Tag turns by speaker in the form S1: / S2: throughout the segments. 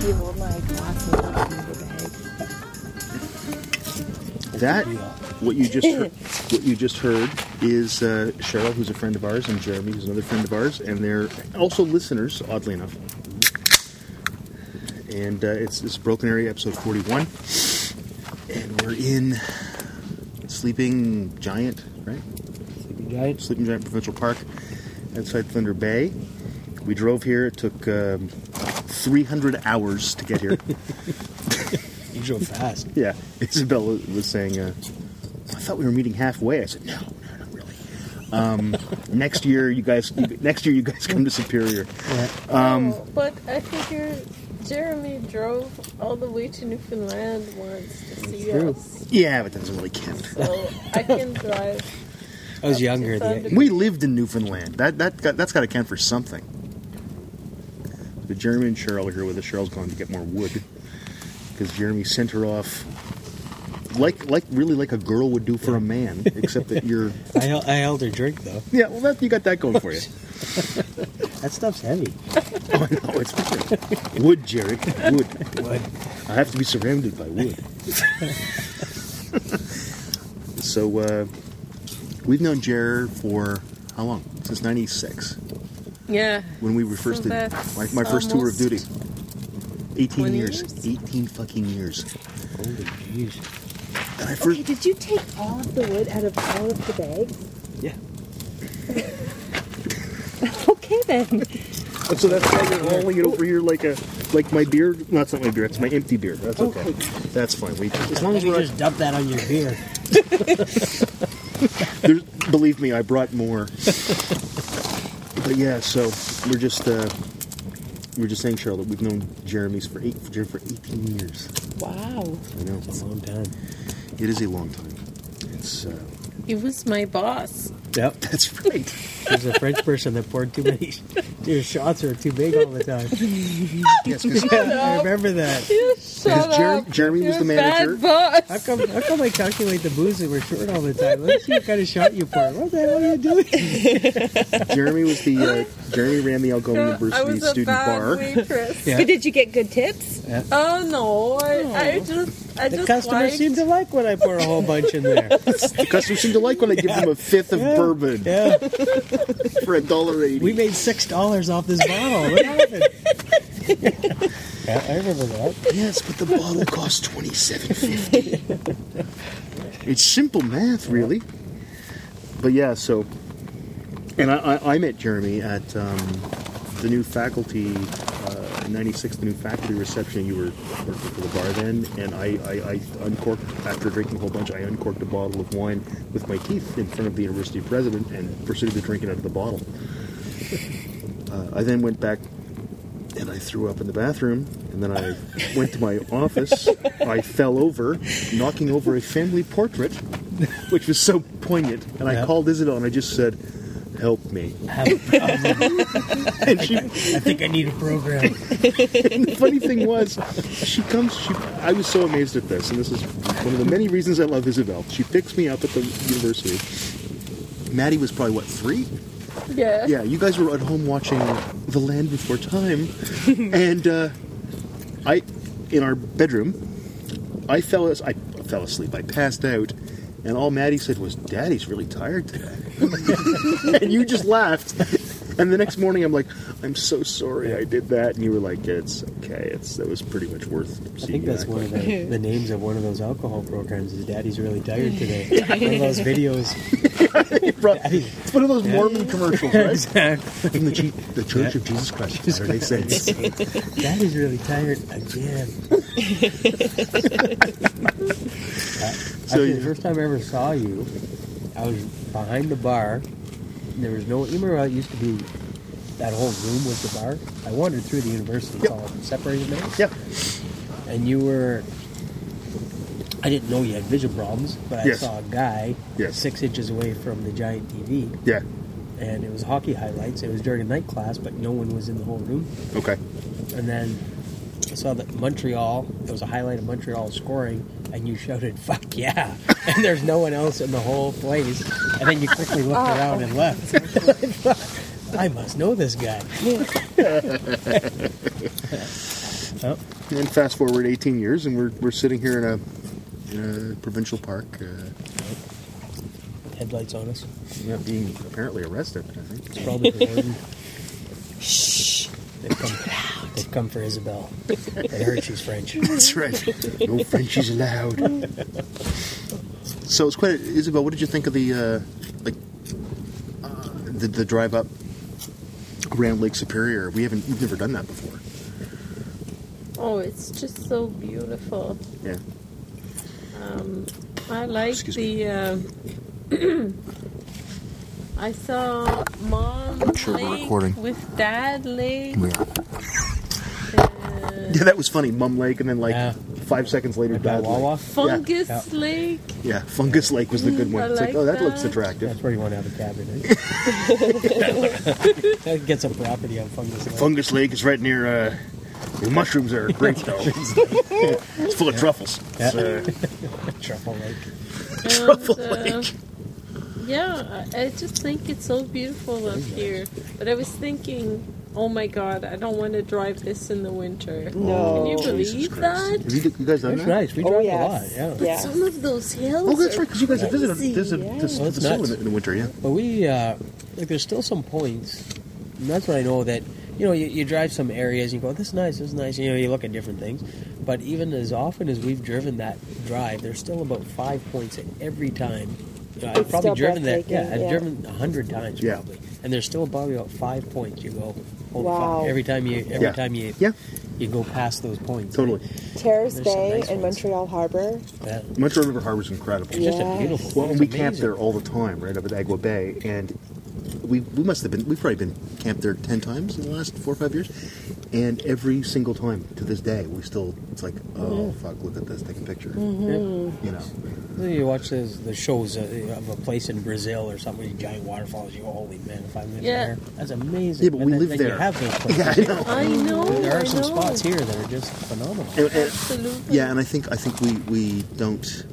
S1: You hold my glasses up in the
S2: That
S1: bag.
S2: what you just heard, what you just heard is uh, Cheryl, who's a friend of ours, and Jeremy, who's another friend of ours, and they're also listeners, oddly enough. And uh, it's it's Broken Area episode forty-one, and we're in Sleeping Giant, right?
S3: Sleeping Giant.
S2: Sleeping Giant Provincial Park outside Thunder Bay. We drove here. It took um, 300 hours to get here.
S3: You drove fast.
S2: Yeah, Isabella was saying, uh, "I thought we were meeting halfway." I said, "No, no, not really." Um, next year, you guys. Next year, you guys come to Superior.
S1: Oh, but I figure Jeremy drove all the way to Newfoundland once to see
S3: true.
S1: us.
S2: Yeah, but that doesn't really count.
S1: So I can drive.
S3: I was younger.
S1: Thunder.
S3: The,
S2: We lived in Newfoundland. That that got, that's got to count for something. But Jeremy and Cheryl are here with us. Cheryl's gone to get more wood because Jeremy sent her off. Like, like, really, like a girl would do for a man, except that you're.
S3: I, hel- I held her drink though.
S2: Yeah, well, that, you got that going for you.
S3: That stuff's heavy.
S2: Oh, no, it's wood. Wood, Jerry. Wood.
S3: What?
S2: I have to be surrounded by wood. so uh, we've known Jer for how long? Since '96,
S1: Yeah.
S2: when we were first in, my,
S1: that's
S2: my first tour of
S1: almost
S2: duty. 18
S1: 20
S2: years.
S1: years?
S2: 18 fucking years.
S3: Holy jeez.
S2: And I
S4: Okay,
S2: first.
S4: did you take all of the wood out of all of the bags?
S3: Yeah.
S4: Okay then.
S2: So that's why you're hauling it over here like a like my beer. No, it's not my beer. It's my empty beer. That's okay. That's fine. We as long as
S3: You
S2: we're not
S3: just dump that on your beer.
S2: There's, believe me, I brought more. but yeah, so we're just uh, we're just saying, Cheryl, that we've known Jeremy's for eight Jer- for eighteen years.
S1: Wow.
S2: I know
S3: It's a long time.
S2: it is a long time. It's uh,
S1: He was my boss.
S3: Yep.
S2: that's right.
S3: There's a French person that poured too many. Your shots are too big all the time.
S2: yes, because
S3: I remember that.
S1: Just shut
S2: Jer-
S1: up.
S2: Jeremy was
S1: You're
S2: the
S1: a bad
S2: manager.
S1: boss.
S3: How come, how come I calculate the booze that we're short all the time? Let's see what kind of shot you pour. What the hell are you doing?
S2: Jeremy was the uh, Jeremy ran the Algonquin
S1: I
S2: University
S1: was a
S2: student
S1: bad
S2: bar.
S1: waitress.
S3: Yeah.
S4: But did you get good tips?
S1: Oh no! I, I just, I
S3: The
S1: just
S3: customers
S1: liked-
S3: seem to like when I pour a whole bunch in there.
S2: The customers seem to like when I give them a fifth of
S3: Yeah.
S2: bourbon
S3: Yeah.
S2: for a dollar eighty.
S3: We made six dollars off this bottle. What happened? yeah, I remember that.
S2: Yes, but the bottle costs twenty seven fifty. it's simple math, really. But yeah, so and I, I, I met Jeremy at um, the new faculty uh, ninety six, the new faculty reception. You were working for the bar then, and I, I, I uncorked after drinking a whole bunch. I uncorked a bottle of wine with my teeth in front of the university president and proceeded to drink it out of the bottle. Uh, I then went back and I threw up in the bathroom, and then I went to my office. I fell over, knocking over a family portrait, which was so poignant. And I
S3: Yeah.
S2: called Isabel and I just said, "Help me!" And she,
S3: I think I need a program.
S2: and the funny thing was, she comes. She, I was so amazed at this, and this is one of the many reasons I love Isabel. She picks me up at the university. Maddie was probably what three?
S1: Yeah.
S2: yeah, you guys were at home watching The Land Before Time, and uh, I, in our bedroom, I fell as I fell asleep. I passed out, and all Maddie said was, "Daddy's really tired today," and you just laughed. And the next morning, I'm like, "I'm so sorry I did that," and you were like, "It's okay. It's that was pretty much worth." seeing
S3: I think
S2: you
S3: that's
S2: act
S3: one of
S2: like
S3: the, the names of one of those alcohol programs. Is Daddy's really tired today? One of those videos.
S2: that." Bro, It's one of those Mormon commercials, right?
S3: Exactly.
S2: From the, G- the Church of Jesus Christ of Latter-day Saints.
S3: Daddy's really tired again.
S2: So
S3: Actually,
S2: you-
S3: the first time I ever saw you, I was behind the bar. And there was no. You remember how it used to be? That whole room was the bar. I wandered through the university. It's
S2: Yep.
S3: all separated now.
S2: Yeah.
S3: And you were. I didn't know you had vision problems, but I
S2: Yes.
S3: saw a guy
S2: Yes.
S3: six inches away from the giant TV,
S2: Yeah.
S3: and it was hockey highlights. It was during a night class, but no one was in the whole room.
S2: Okay.
S3: and then I saw that Montreal. There was a highlight of Montreal scoring, and you shouted "fuck yeah!" and there's no one else in the whole place. And then you quickly looked around and left. I must know this guy. Oh,
S2: And fast forward 18 years, and we're, we're sitting here in a, in a provincial park, uh,
S3: headlights on us.
S2: yeah, being apparently arrested. I think.
S3: It's probably the warden. Shh. They've come, they've come for Isabel. They heard she's French.
S2: That's right. No Frenchies allowed. so it's quite. Isabel, what did you think of the uh, like uh, the, the drive up around Lake Superior? We haven't. We've never done that before.
S1: Oh, it's just so beautiful.
S2: Yeah.
S1: Um, I like
S2: Excuse me.
S1: the. Um, I saw mom
S2: I'm sure we're
S1: lake
S2: recording.
S1: with dad lake.
S2: Yeah.
S1: and
S2: Yeah, that was funny. Mum Lake, and then like
S3: Yeah.
S2: five seconds later,
S3: Like
S2: Dad
S3: that Wawa?
S2: Lake.
S1: fungus
S3: Yeah.
S1: lake.
S2: Yeah, Fungus Lake was the good
S1: Mm,
S2: one.
S1: I
S2: it's like,
S1: like
S2: oh, that,
S1: that.
S2: looks attractive.
S3: That's where you want to have a cabin. eh? that gets a property on fungus. Lake.
S2: Fungus Lake is right near. Uh, the mushrooms are great though. it's full of truffles. It's, uh,
S3: Truffle Lake.
S2: truffle
S1: And, uh,
S2: Lake.
S1: Yeah, I I just think it's so beautiful up here. But I was thinking, oh my god, I don't want to drive this in the winter.
S4: No.
S1: Can you believe
S2: Oh, Jesus Christ.
S1: that?
S2: Have you, you guys done
S3: That's
S2: that?
S3: nice. We
S4: Oh,
S3: drive
S4: yes.
S3: a lot. Yeah.
S4: Yeah.
S1: Some of those hills.
S2: Oh, that's
S1: are
S2: right. Because you guys have visited
S1: crazy,
S2: visited
S1: yeah.
S2: this
S3: Well, it's
S2: facility
S3: nuts.
S2: in the winter, yeah.
S3: But we uh, like there's still some points, and that's what I know that you know you, you drive some areas and you go this is nice, this is nice. You know you look at different things, but even as often as we've driven that drive, there's still about five points at every time. You know, I've
S4: It's
S3: probably
S4: still
S3: driven that. Yeah,
S4: breathtaking,
S3: I've
S4: yeah.
S3: driven a hundred times
S2: Yeah.
S3: probably, and there's still probably about five points. You go, holy
S4: Wow.
S3: fuck, every time you every
S2: Yeah.
S3: time you
S2: Yeah,
S3: you go past those points.
S2: totally.
S4: Terrace
S3: There's some
S4: Bay
S3: nice
S4: and
S3: ones.
S4: Montreal Harbor.
S3: Yeah.
S2: Montreal River Harbor is incredible.
S3: It's just a
S4: Yes.
S3: beautiful.
S2: Well,
S3: it's
S2: and we
S3: amazing.
S2: camped there all the time, right up at Agua Bay, and we we must have been we've probably been camped there ten times in the last four or five years, and every single time to this day we still it's like oh fuck look at this take a picture
S4: Mm-hmm.
S2: you
S3: Yeah.
S2: know
S3: You watch the, the shows uh, of a place in Brazil or something, these giant waterfalls. You go, holy man, if I lived
S1: Yeah.
S3: there, that's amazing.
S2: yeah but
S3: And
S2: we
S3: then-
S2: live
S3: then
S2: there
S3: You have those places.
S2: yeah I know
S1: I know.
S3: There
S1: I
S3: are some
S1: know.
S3: spots here that are just phenomenal.
S2: And- and-
S1: Absolutely.
S2: yeah and I think I think we we don't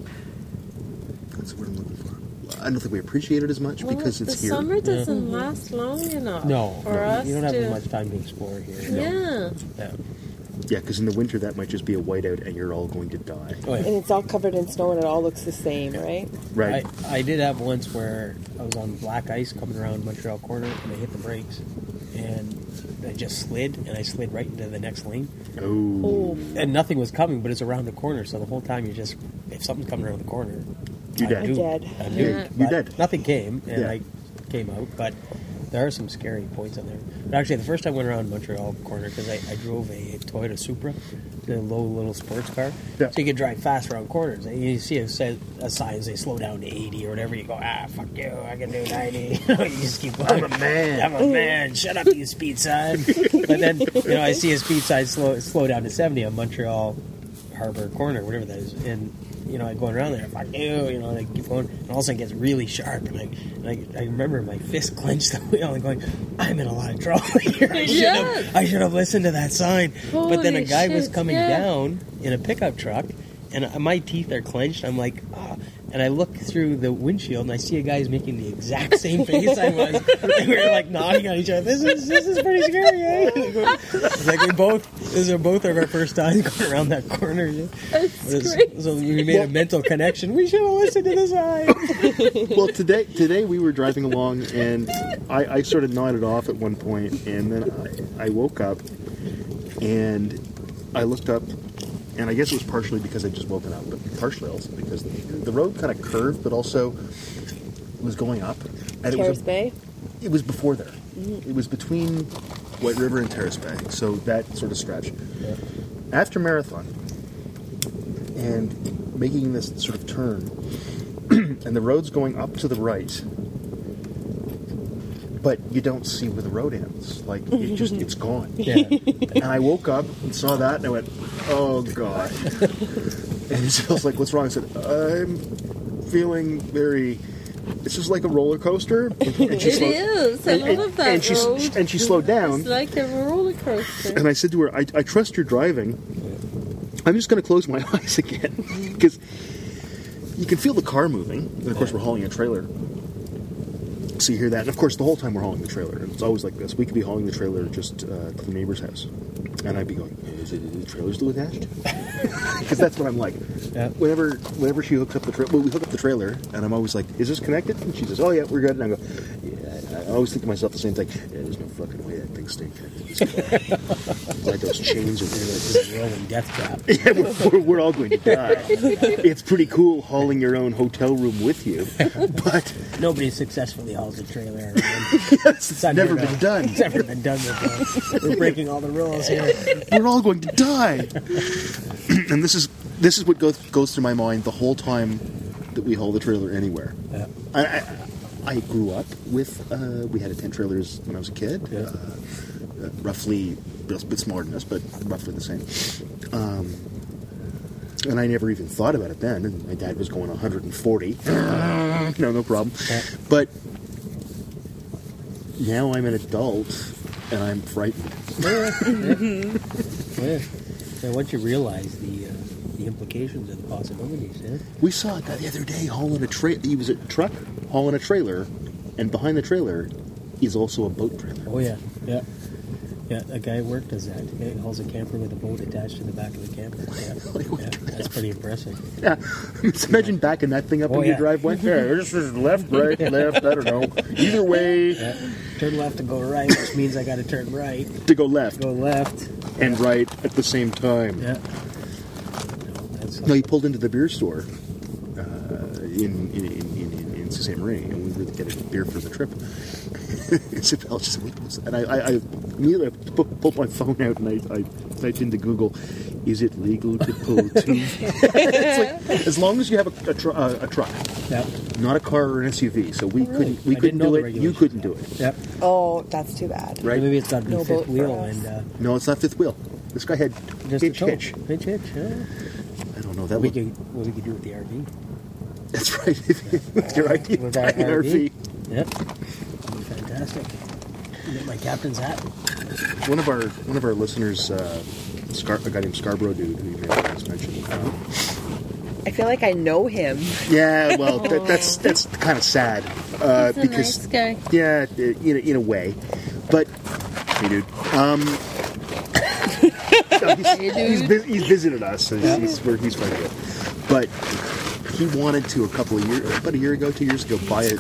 S2: that's the word I'm looking for I don't think we appreciate it as much
S1: Well,
S2: because it's
S1: the
S2: here
S1: summer doesn't last long enough.
S3: No,
S1: for
S3: no,
S1: us
S3: you don't have
S1: to,
S3: much time to explore here.
S1: Yeah,
S3: Yeah.
S2: yeah because in the winter that might just be a whiteout and you're all going to die
S3: Oh,
S4: And
S3: yeah.
S4: it's all covered in snow and it all looks the same, right?
S2: right
S3: I, I did have once where I was on black ice coming around Montreal Corner and I hit the brakes and I just slid and I slid right into the next lane.
S2: oh
S3: And nothing was coming, but it's around the corner, so the whole time you just, if something's coming around the corner,
S2: You're
S3: I
S2: dead.
S3: knew-
S4: I'm dead.
S3: I knew.
S2: you're,
S1: Yeah.
S2: you're
S3: But
S2: dead
S3: Nothing came, and
S2: Yeah.
S3: I came out, but there are some scary points on there. But actually, the first time I went around Montreal corner because I, I drove a Toyota Supra, the low little sports car,
S2: Yeah.
S3: so you could drive fast around corners. And you see a, set, a sign say slow down to eighty or whatever. You go ah fuck you, I can do ninety. you just keep going.
S2: I'm a man.
S3: I'm a man. Shut up, you speed sign. but then you know I see a speed sign slow slow down to seventy on Montreal Harbor Corner, whatever that is, and you know, I going around there, fuck you, you know, and I keep going, and all of a sudden it gets really sharp, and I, and I, I remember my fist clenched the wheel, and going, I'm in a lot of trouble here. I should
S1: Yes.
S3: have, I should have listened to that sign. but then a
S1: Holy
S3: guy was
S1: shit,
S3: coming
S1: yeah.
S3: down in a pickup truck, and I- my teeth are clenched. I'm like, ah. And I look through the windshield, and I see a guy's making the exact same face I was. and we were like nodding at each other. This is this is pretty scary. Eh? It's like we both. These are both of our first times going around that corner. yeah.
S1: it's
S3: What is-
S1: great.
S3: So we made a mental connection. We should have listened to this guy.
S2: well, today today we were driving along, and I, I sort of nodded off at one point, and then I, I woke up, and I looked up, and I guess it was partially because I just woken up, but partially also because the, the road kind of curved, but also was going up, and it was
S4: Terrace
S2: a-
S4: Bay.
S2: it was before there. It was between White River and Terrace Bay, so that sort of stretch. After marathon, and making this sort of turn, and the road's going up to the right, but you don't see where the road ends. Like it just it's gone.
S3: Yeah.
S2: and I woke up and saw that, and I went, "Oh God!" and Isabel's like, "What's wrong?" I said, "I'm feeling very This is like a roller coaster. And, and she
S1: It
S2: slowed-
S1: is. I
S2: and- and-
S1: love that
S2: and she s-
S1: road.
S2: and she slowed down.
S1: It's like a roller coaster.
S2: And I said to her, I, I trust your driving. I'm just going to close my eyes again because you can feel the car moving. And of course, we're hauling a trailer. So you hear that. And of course, the whole time we're hauling the trailer. And it's always like this. We could be hauling the trailer just uh, to the neighbor's house. And I'd be going, is, it, is the trailer still attached? Because that's what I'm like.
S3: Yeah.
S2: Whenever, whenever she hooks up the trailer, well, we hook up the trailer, and I'm always like, "Is this connected?" And she says, "Oh yeah, we're good." And I go, yeah, I, I always think to myself the same thing. Yeah, there's no fucking way that thing's staying connected. It's like those chains are
S3: This is rolling death trap.
S2: yeah, we're, we're, we're all going to die. it's pretty cool hauling your own hotel room with you, but
S3: Nobody successfully hauls a trailer.
S2: it's
S3: not
S2: never
S3: here,
S2: been
S3: though.
S2: done.
S3: It's never been done before. We're breaking all the rules here.
S2: We're all going to die. and this is this is what goes goes through my mind the whole time that we haul the trailer anywhere.
S3: Yeah.
S2: I, I, I grew up with uh, we had a tent trailers when I was a kid.
S3: Yeah.
S2: Uh, uh, roughly a bit smaller than us, but roughly the same. Um, and I never even thought about it then. And my dad was going 140. no, no problem.
S3: Yeah.
S2: But now I'm an adult and I'm frightened.
S3: Yeah, yeah. Yeah. So once you realize the uh, the implications and the possibilities, yeah.
S2: We saw a guy the other day hauling a trailer. He was a truck hauling a trailer, and behind the trailer is also a boat trailer.
S3: Oh yeah, yeah, yeah. A guy at work does that. He hauls a camper with a boat attached to the back of the camper.
S2: Like
S3: Yeah,
S2: what
S3: yeah that's pretty impressive.
S2: Yeah, just imagine backing that thing up
S3: Oh,
S2: in your
S3: yeah.
S2: driveway. Yeah, this is left, right, left. I don't know. Either way,
S3: Yeah. Turn left to go right, which means I got to turn right,
S2: to go left
S3: go left.
S2: and right at the same time.
S3: Yeah. No, that's
S2: No, he pulled into the beer store uh, in, in, in, in, in, in Sault Ste. Marie, and we were getting beer for the trip. Isabel just said, "What was that?" And I, I, I immediately pu- pulled my phone out and I, I typed into Google, "Is it legal to pull two?" It's like, as long as you have a, a, tr- uh, a truck,
S3: yeah.
S2: not a car or an SUV. So we
S3: Oh, really?
S2: couldn't, we
S3: I didn't
S2: couldn't
S3: know
S2: do
S3: the
S2: it. You
S3: regulations.
S2: couldn't do it,
S3: Yep.
S4: Oh, that's too bad.
S2: right?
S3: Maybe it's on
S4: No
S3: the
S4: boat
S3: fifth
S4: for
S3: wheel
S4: us.
S3: and uh,
S2: No, it's not fifth wheel. This guy had
S3: just
S2: hitch,
S3: a tow.
S2: hitch.
S3: Hitch, hitch. Yeah.
S2: I don't know. That
S3: we
S2: would,
S3: could what we could do with the RV.
S2: that's right. With your idea,
S3: With our
S2: buy an RV.
S3: RV. Yep. That'd be fantastic. Get my captain's hat.
S2: One of our one of our listeners, uh, Scar- a guy named Scarborough dude, who you may have just mentioned. uh,
S4: I feel like I know him.
S2: yeah, well, that, that's that's kind of sad uh,
S1: He's a
S2: because
S1: nice guy.
S2: yeah, i- in a, in a way, but hey, dude, um, no, he's, he's
S1: dude.
S2: vis- he's visited us, and he's we're, he's quite good. But he wanted to a couple of years, about a year ago, two years ago, buy a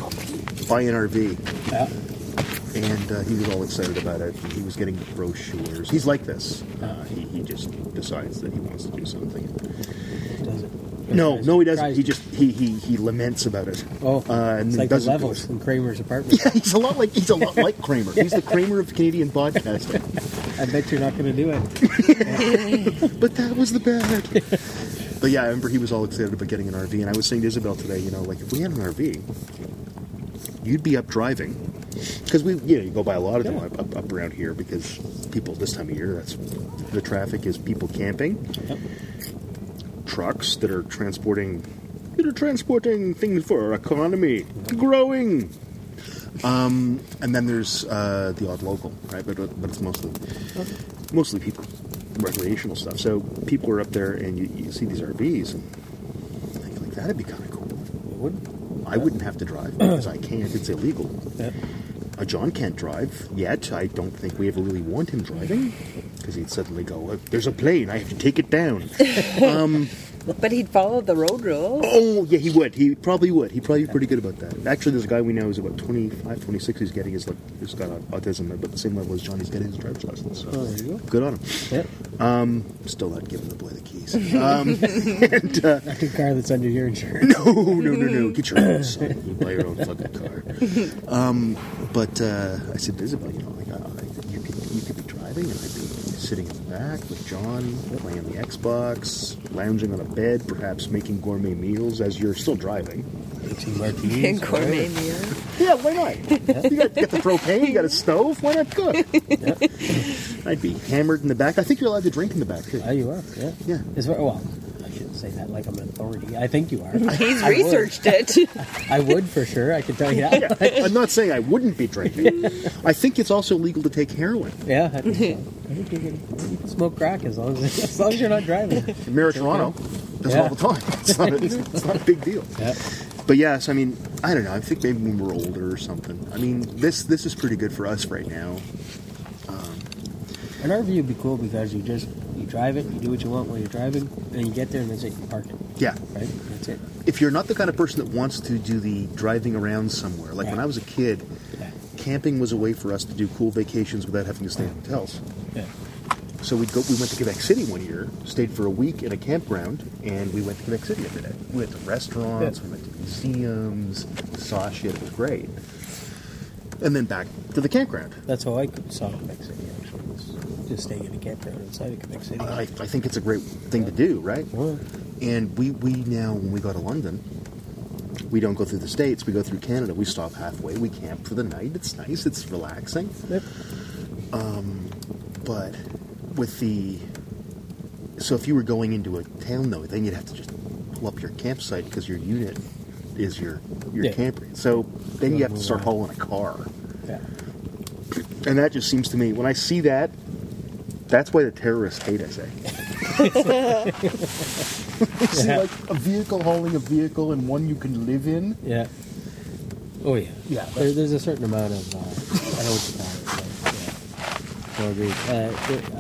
S2: buy an RV,
S3: Yeah.
S2: and uh, he was all excited about it. He was getting brochures. He's like this. Uh, he, he just decides that he wants to do something.
S3: Does it?
S2: No,
S3: Tries-
S2: no, he doesn't.
S3: tries
S2: He
S3: to.
S2: just he he, he laments about it. uh, and
S3: Oh, it's
S2: then
S3: like the
S2: doesn't do
S3: levels
S2: it.
S3: in Kramer's apartment.
S2: Yeah, he's a lot like he's a lot like Kramer. He's the Kramer of Canadian podcasting.
S3: I bet you're not going to do it.
S2: but that was the bag. but yeah, I remember he was all excited about getting an RV, and I was saying to Isabel today, you know, like if we had an RV, you'd be up driving because we, you know, you go by a lot of them
S3: Yeah.
S2: up, up, up around here because people this time of year, that's the traffic is people camping,
S3: Yep.
S2: trucks that are transporting, that are transporting things for our economy, growing. Um, and then there's uh, the odd local, right? But but it's mostly mostly people, recreational stuff. So people are up there, and you, you see these RVs, and I think like that'd be kind of cool.
S3: It would.
S2: I wouldn't have to drive because I can't; it's illegal.
S3: Yeah.
S2: Uh, John can't drive yet. I don't think we ever really want him driving because he'd suddenly go, "Uh, "There's a plane! I have to take it down." um,
S4: But he'd follow the road rules.
S2: oh yeah, he would. He probably would. He'd probably be pretty good about that. Actually, there's a guy we know who's about 25, 26 who's getting his like who's got autism about the same level as John. He's getting his driver's license. So
S3: Oh, there you go.
S2: good on him.
S3: Yep.
S2: Still not giving the boy the keys. Um, and, uh,
S3: Not the car that's under your insurance.
S2: no, no, no, no. Get your own son. You buy your own fucking car. Um, but uh, I said, to Isabel, you know, like, I, I, you could you could be driving, and I'd be sitting in the back with John playing the Xbox, lounging on a bed, perhaps making gourmet meals as you're still driving.
S3: Two martinis.
S4: And gourmet meal.
S2: Yeah, why not? you, got, you got the propane, you got a stove. Why not cook? I'd be hammered in the back. I think you're allowed to drink in the back too.
S3: Oh, you are. Yeah.
S2: Yeah.
S3: It's, well, I shouldn't say that like I'm an authority. I think you are.
S4: He's
S3: I would.
S4: researched it.
S3: I would for sure. I can tell you that.
S2: I, am not saying I wouldn't be drinking. I think it's also legal to take heroin.
S3: Yeah, I think, so. I think you can, I think you can smoke crack as long as, as long as you're not driving.
S2: The Mayor of Toronto does it all
S3: Yeah.
S2: the time. It's not, a, it's not a big deal.
S3: Yeah.
S2: But yes, I mean, I don't know. I think maybe when we're older or something. I mean, this this is pretty good for us right now.
S3: An RV would be cool because you just you drive it, you do what you want while you're driving, and you get there and that's it. You park it,
S2: Yeah.
S3: right? That's it.
S2: If you're not the kind of person that wants to do the driving around somewhere, like when
S3: Yeah.
S2: I was a kid,
S3: Yeah.
S2: camping was a way for us to do cool vacations without having to stay in hotels.
S3: Yeah.
S2: So we'd go. We went to Quebec City one year, stayed for a week in a campground, and we went to Quebec City every day. We went to restaurants, we went to museums, saw shit. It was great. And then back to the campground.
S3: That's how I saw Quebec City. Actually, was just staying in a campground outside of Quebec City.
S2: I, I think it's a great thing to do, right?
S3: Well,
S2: And we, we now, when we go to London, we don't go through the States, we go through Canada. We stop halfway, we camp for the night. It's nice, it's relaxing.
S3: yep.
S2: But with the. So if you were going into a town, though, then you'd have to just pull up your campsite because your unit is your, your
S3: Yeah.
S2: camper. So then you have to start
S3: Right.
S2: hauling a car.
S3: Yeah.
S2: And that just seems to me, when I see that, that's why the terrorists hate us, eh?
S5: You see,
S3: Yeah.
S5: like a vehicle hauling a vehicle and one you can live in.
S3: Yeah. Oh yeah.
S5: Yeah,
S3: There, there's a certain amount of uh, I know what you call it. But, yeah. No, I agree.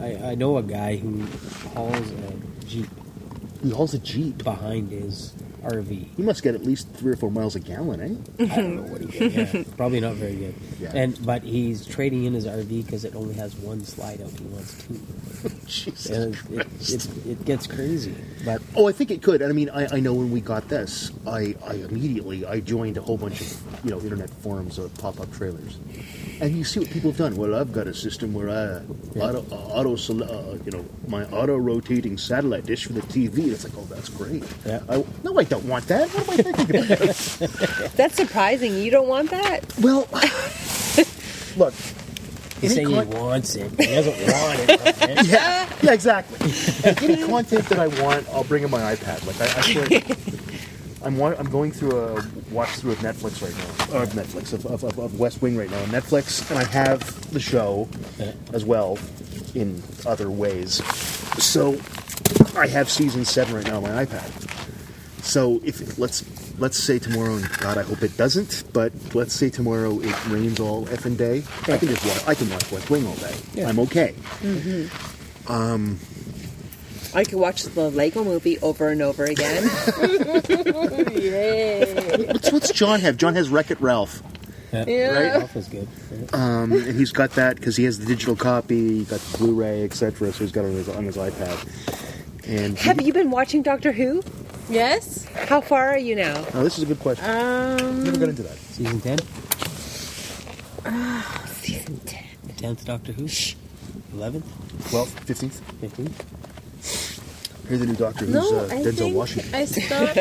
S3: Uh, there- I, I know a guy who hauls a jeep
S2: He hauls a Jeep.
S3: behind his RV.
S2: You must get at least three or four miles a gallon, eh?
S3: I don't know what he did. Yeah, probably not very good.
S2: Yeah.
S3: And but he's trading in his RV because it only has one slide out. He wants two.
S2: Jesus.
S3: And it, it, it, it gets crazy. But
S2: Oh, I think it could. And I mean, I, I know when we got this, I, I immediately I joined a whole bunch of you know internet forums of pop up trailers, and you see what people have done. Well, I've got a system where I
S3: Yeah.
S2: auto auto sele- uh, you know my auto rotating satellite dish for the TV. It's like, oh, that's great.
S3: Yeah.
S2: I, no, I don't want that. What am I thinking about?
S4: That's surprising. You don't want that?
S2: well, look. any
S3: he's saying
S2: con-
S3: he wants it. but He doesn't want it. right?
S2: yeah, yeah, exactly. Any content that I want, I'll bring in my iPad. Like I, I swear, I'm wa- I'm going through a watch through of Netflix right now, or of Netflix of, of, of, of West Wing right now on Netflix, and I have the show
S3: Yeah.
S2: as well in other ways. So I have season seven right now on my iPad. So if let's let's say tomorrow, and God, I hope it doesn't, but let's say tomorrow it rains all effing day. I can just watch. I can watch West Wing all day.
S3: Yeah.
S2: I'm okay.
S4: I could watch the Lego movie over and over again.
S1: Oh, Yay.
S2: What's, what's John have? John has Wreck It Ralph.
S1: Yeah.
S3: Ralph is good.
S2: Um, and he's got that because he has the digital copy, he got the Blu ray, etc. So he's got it on his, on his iPad. And
S4: Have you been watching Doctor Who?
S1: Yes?
S4: How far are you now?
S2: Now, oh, this is a good question.
S1: Um,
S2: Never got into that.
S3: Season ten,
S4: Season 10.
S3: tenth Doctor Who, eleventh,
S2: 12th, 15th.
S3: fifteenth.
S2: Here's the new Doctor who's
S1: no,
S2: uh,
S1: I
S2: Denzel
S1: think
S2: Washington.
S1: I stopped.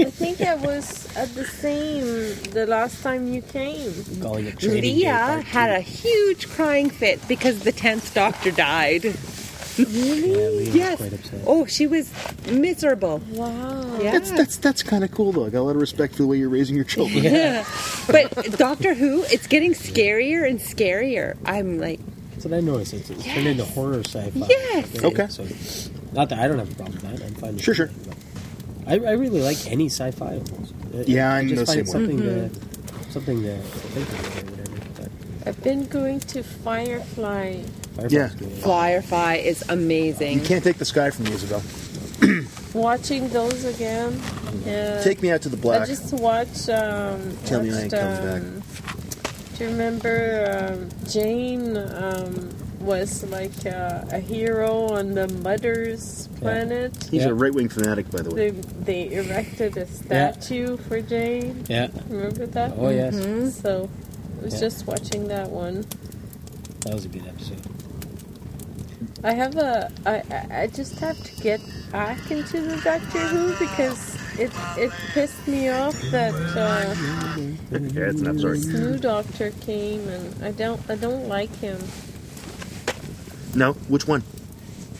S1: I think I was at the same the last time you came.
S3: Calling it Trading Day
S4: Leah
S3: Part
S4: had
S3: Two.
S4: a huge crying fit because the 10th Doctor died.
S3: Yeah, Leah was
S4: Yes.
S3: quite upset.
S4: Oh, she was miserable.
S1: Wow.
S4: Yeah.
S2: That's, that's, that's kind of cool, though. I got a lot of respect for the way you're raising your children.
S4: But Doctor Who, it's getting scarier and scarier. I'm like,
S3: That's what I noticed. It's, it's turned
S4: Yes.
S3: into horror sci-fi.
S4: Yes.
S3: Yeah,
S2: Okay.
S3: So, not that I don't have a problem with that. I'm fine. With
S2: Sure, sure.
S3: that, but I, I really like any sci-fi. Almost. I-
S2: Yeah,
S3: I
S2: I'm the
S3: just find
S2: same way.
S3: something
S4: Mm-hmm.
S3: to something to think about or whatever. But
S1: I've been going to Firefly.
S3: Firefly's
S2: Yeah.
S3: good.
S4: Firefly is
S2: You
S4: amazing.
S2: can't take the sky from me, Isabel.
S1: Watching those again. Yeah.
S2: Mm-hmm. Take me out to the
S1: Uh, I
S2: black.
S1: just watched. Um,
S2: Tell me I ain't
S1: watched,
S2: coming
S1: um, Do you remember um, Jane um, was like uh, a hero on the Mudder's planet?
S2: He's
S3: Yeah.
S2: a right wing fanatic, by the way.
S1: They, they erected a statue for Jane.
S3: Yeah.
S1: Remember that? Mm-hmm.
S3: Oh yes,
S1: So I was
S3: Yeah.
S1: just watching that one.
S3: that was a good episode.
S1: I have a. I, I- I just have to get back into the Doctor Who because it it pissed me off that uh,
S2: yeah, it's not, sorry.
S1: this new Doctor came and I don't I don't like him.
S2: No? Which one?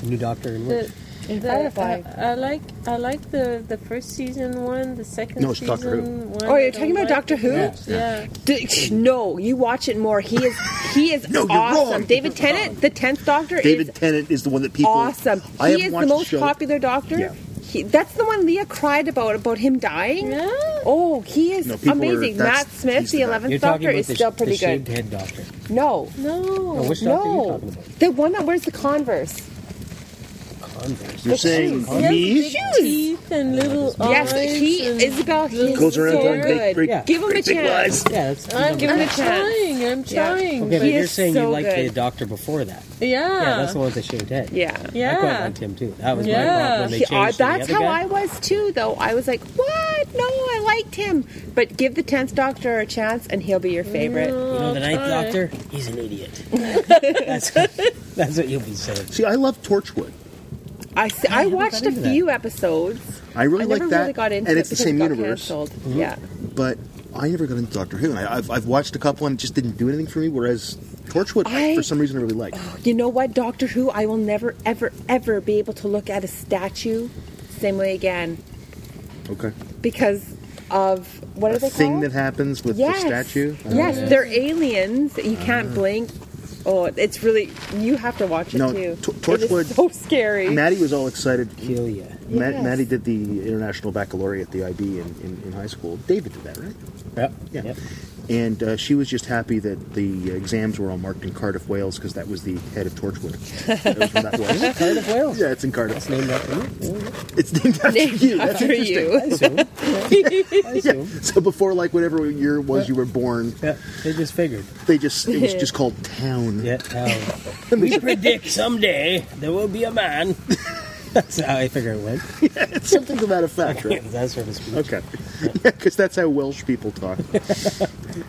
S3: New Doctor and
S1: The
S3: which?
S1: The, I, I like I like the, the first season one, the second
S2: No, it's
S1: season
S2: Doctor Who.
S1: one.
S4: Oh, you're
S1: I
S4: talking about
S1: like
S4: Doctor
S1: it.
S4: Who?
S1: Yeah.
S4: D- no, you watch it more. He is he is
S2: No, you're
S4: awesome.
S2: wrong.
S4: David Tennant, the tenth Doctor,
S2: David
S4: is
S2: Tennant is the one that people.
S4: awesome.
S2: I have
S4: He is the
S2: watched
S4: most
S2: show.
S4: popular Doctor.
S2: Yeah.
S4: He, that's the one Leah cried about about him dying.
S1: Yeah.
S4: Oh, he is
S2: No, people are-
S4: amazing.
S2: that's-
S4: Matt Smith,
S2: he's the
S4: the
S2: guy.
S4: eleventh
S3: You're talking
S4: Doctor,
S3: about
S4: is
S3: the,
S4: still
S3: sh-
S4: pretty
S3: the shaved
S4: good.
S3: head doctor.
S4: No,
S3: No,
S1: No.
S3: which doctor are you
S4: no,
S3: talking about?
S4: the one that wears the Converse.
S3: Converse.
S2: You're saying
S1: He has
S2: me?
S1: big teeth and little
S4: Yes,
S1: eyes.
S4: he
S1: and
S4: Isabel. He is
S2: Goes around
S4: so
S2: going
S4: good.
S2: big, big,
S3: Yeah.
S4: Give him a
S2: big, big
S4: chance.
S2: lies.
S3: Yeah, that's
S1: I'm,
S3: you know,
S4: him
S1: I'm
S4: a chance.
S1: trying. I'm
S4: Yeah.
S1: trying.
S3: Okay, but
S1: but-
S4: He
S3: you're
S4: is
S3: saying
S4: so
S3: you like the
S4: good.
S3: doctor before that.
S1: yeah.
S3: Yeah, that's the one with the shaved head.
S4: Yeah.
S3: I quite
S1: Yeah.
S3: liked him too. That was my
S1: Yeah.
S3: problem when they
S4: He-
S3: changed
S4: I,
S3: to the
S4: that's
S3: other
S4: how
S3: guy.
S4: I was too, though. I was like, "What? No, I liked him." But give the tenth Doctor a chance, and he'll be your favorite.
S1: No,
S3: You know, the
S1: I'll
S3: Ninth
S4: Uh,
S1: try.
S3: Doctor, he's an idiot. that's, that's what you'll be saying.
S2: See, I love Torchwood.
S4: I, s- I
S3: haven't
S4: watched
S3: got
S4: a
S3: into that.
S4: few episodes.
S2: I really
S4: I
S2: like
S4: never
S2: that,
S4: really got into
S2: and
S4: it
S2: it's the
S4: because
S2: same
S4: it got
S2: universe. Mm-hmm.
S4: Canceled. Yeah,
S2: But I never got into Doctor Who, and I, I've, I've watched a couple, and it just didn't do anything for me. Whereas Torchwood,
S4: I-
S2: for some reason, I really liked.
S4: you know what, Doctor Who? I will never, ever, ever be able to look at a statue same way again
S2: Okay,
S4: because of what
S2: a
S4: are they
S2: thing
S4: called?
S2: that happens with
S4: yes.
S2: the statue. Oh, Ah. I don't
S4: Yes,
S2: know.
S4: they're aliens. You can't blink. Oh, it's really you have to watch it
S2: No,
S4: too.
S2: Tor-
S4: it
S2: Torchwood-
S4: is so scary.
S2: Maddie was all excited.
S3: Kill ya.
S2: Mad-
S4: Yes.
S2: Maddie did the international baccalaureate at the IB in, in, in high school. David did that, right?
S3: Yep.
S2: Yeah.
S3: Yep.
S2: And uh, she was just happy that the exams were all marked in Cardiff, Wales, because that was the head of Torchwood. That was from that Wales.
S3: Cardiff, Wales.
S2: Yeah, it's in Cardiff.
S3: It's named after me.
S2: It's named after
S4: Named
S2: you. That's
S4: after
S2: interesting.
S4: you.
S3: I assume.
S2: Yeah.
S3: I assume.
S2: So before, like whatever year it was
S3: Yeah.
S2: you were born,
S3: Yeah. They just figured.
S2: they just it was just called town.
S3: Yeah. how- we predict someday there will be a man. that's how I figure it went.
S2: It's something to that effect, right?
S3: That sort of speech.
S2: Okay. Yeah, because that's how Welsh people talk. and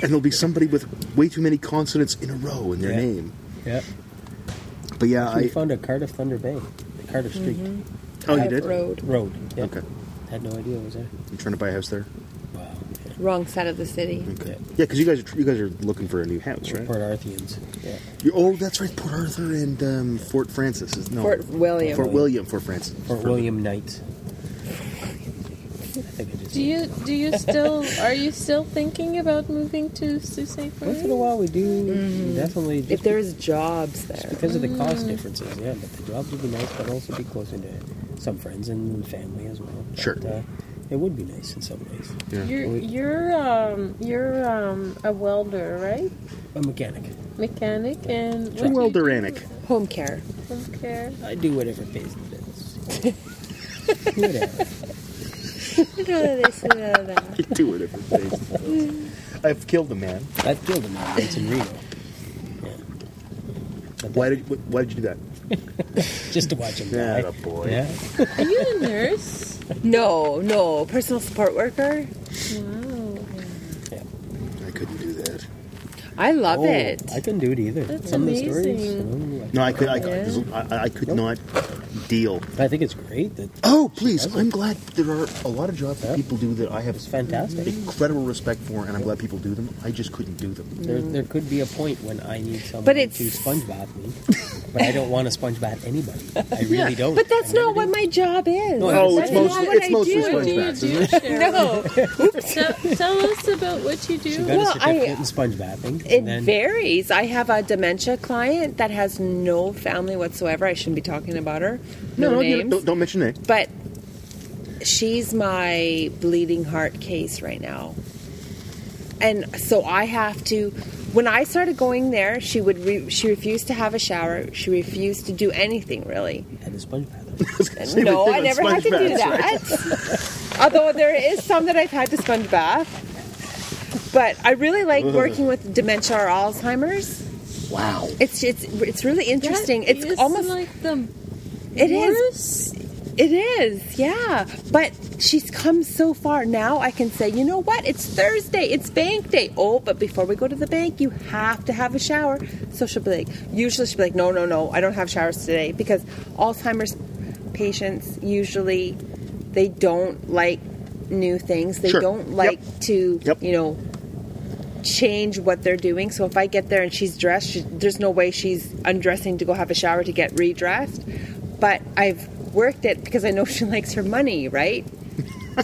S2: there'll be somebody with way too many consonants in a row in their
S3: Yeah.
S2: name.
S3: Yeah.
S2: But yeah,
S3: We
S2: I.
S3: found a Cardiff Thunder Bay, a Cardiff Street
S4: Mm-hmm.
S2: Oh, you
S4: Up
S2: did?
S4: Road.
S3: road. Yeah.
S2: Okay.
S3: Had no idea it was there.
S2: I'm trying to buy a house there.
S3: Wow.
S4: Wrong side of the city.
S2: Okay. Yeah, because you guys are you guys are looking for a new house,
S3: We're
S2: right?
S3: Port Arthians. Yeah.
S2: you oh, that's right, Port Arthur and um, Fort Francis. is- No,
S4: Fort William.
S2: Fort William, Fort Francis.
S3: Fort William Knight. I think I just.
S1: Do you do you still are you still thinking about moving to Sault Ste. Marie?
S3: Once in a while, we do
S1: Mm.
S3: definitely. Just
S4: If there's jobs
S3: just
S4: there.
S3: because of the cost differences, yeah. But the jobs would be nice, but also be closer to some friends and family as well. But,
S2: Sure.
S3: Uh, it would be nice in some ways.
S2: Yeah.
S1: You're you're um you're um a welder, right?
S3: A mechanic.
S1: Mechanic and what do you
S2: Welder
S1: do?
S2: Anic.
S4: Home care.
S1: Home care.
S3: I do whatever pays the bills. whatever.
S4: That's
S2: Do whatever. it takes. I've killed a man.
S3: I've killed a man once in Rio. Yeah.
S2: Why did wh- Why did you do that?
S3: Just to watch him die.
S2: Atta boy.
S3: Yeah.
S1: Are you a nurse?
S4: no, no. Personal support worker.
S2: I couldn't do that.
S4: I love
S3: Oh,
S4: it.
S3: I couldn't do it either.
S1: That's
S3: Some of the stories.
S1: amazing.
S3: you know,
S2: No, I could. I,
S1: Yeah.
S2: I, I could
S3: Nope.
S2: not deal.
S3: I think it's great. That
S2: Oh, please!
S3: does it.
S2: I'm glad there are a lot of jobs
S3: Yeah.
S2: that people do that I have
S3: It's fantastic.
S2: incredible respect for, and I'm glad people do them. I just couldn't do them.
S3: There, there could be a point when I need someone
S4: But
S3: to
S4: it's-
S3: sponge bath me, but I don't want to sponge bath anybody. I really
S2: Yeah.
S3: don't.
S4: but that's
S3: I never
S4: not what
S3: do.
S4: my job is.
S3: No, Oh,
S4: that's
S3: it's
S4: not
S2: mostly-
S4: what
S2: it's
S4: I
S2: mostly
S4: do.
S1: What do you
S2: bath,
S1: do, Sharon?
S4: No,
S1: tell, tell us about what you
S3: She
S1: do.
S3: got
S4: Well,
S3: a
S4: I-
S3: certificate in sponge bathing.
S4: it
S3: and then,
S4: varies. I have a dementia client that has no family whatsoever. I shouldn't be talking about her. No,
S2: no, you
S4: names.
S2: don't- don't, don't mention it.
S4: But she's my bleeding heart case right now. And so I have to when I started going there, she would re, she refused to have a shower. She refused to do anything really.
S3: And a sponge bath.
S2: Same
S4: no,
S2: thing
S4: I
S2: with
S4: never had
S2: sponge
S4: to do
S2: baths, right?
S4: that. Although there is some that I've had to sponge bath. But I really like working with dementia or Alzheimer's.
S2: Wow.
S4: It's it's it's really
S1: That
S4: interesting.
S1: is
S4: it's almost
S1: like the
S4: it is
S1: worst.
S4: It is, yeah. But she's come so far now. I can say, you know what? It's Thursday. It's bank day. Oh, but before we go to the bank, you have to have a shower. So she'll be like, usually she'll be like, no, no, no, I don't have showers today because Alzheimer's patients usually they don't like new things. They
S2: Sure.
S4: don't
S2: Yep.
S4: like to,
S2: Yep.
S4: you know, change what they're doing. So if I get there and she's dressed, she, there's no way she's undressing to go have a shower to get redressed. but I've worked it because I know she likes her money, right?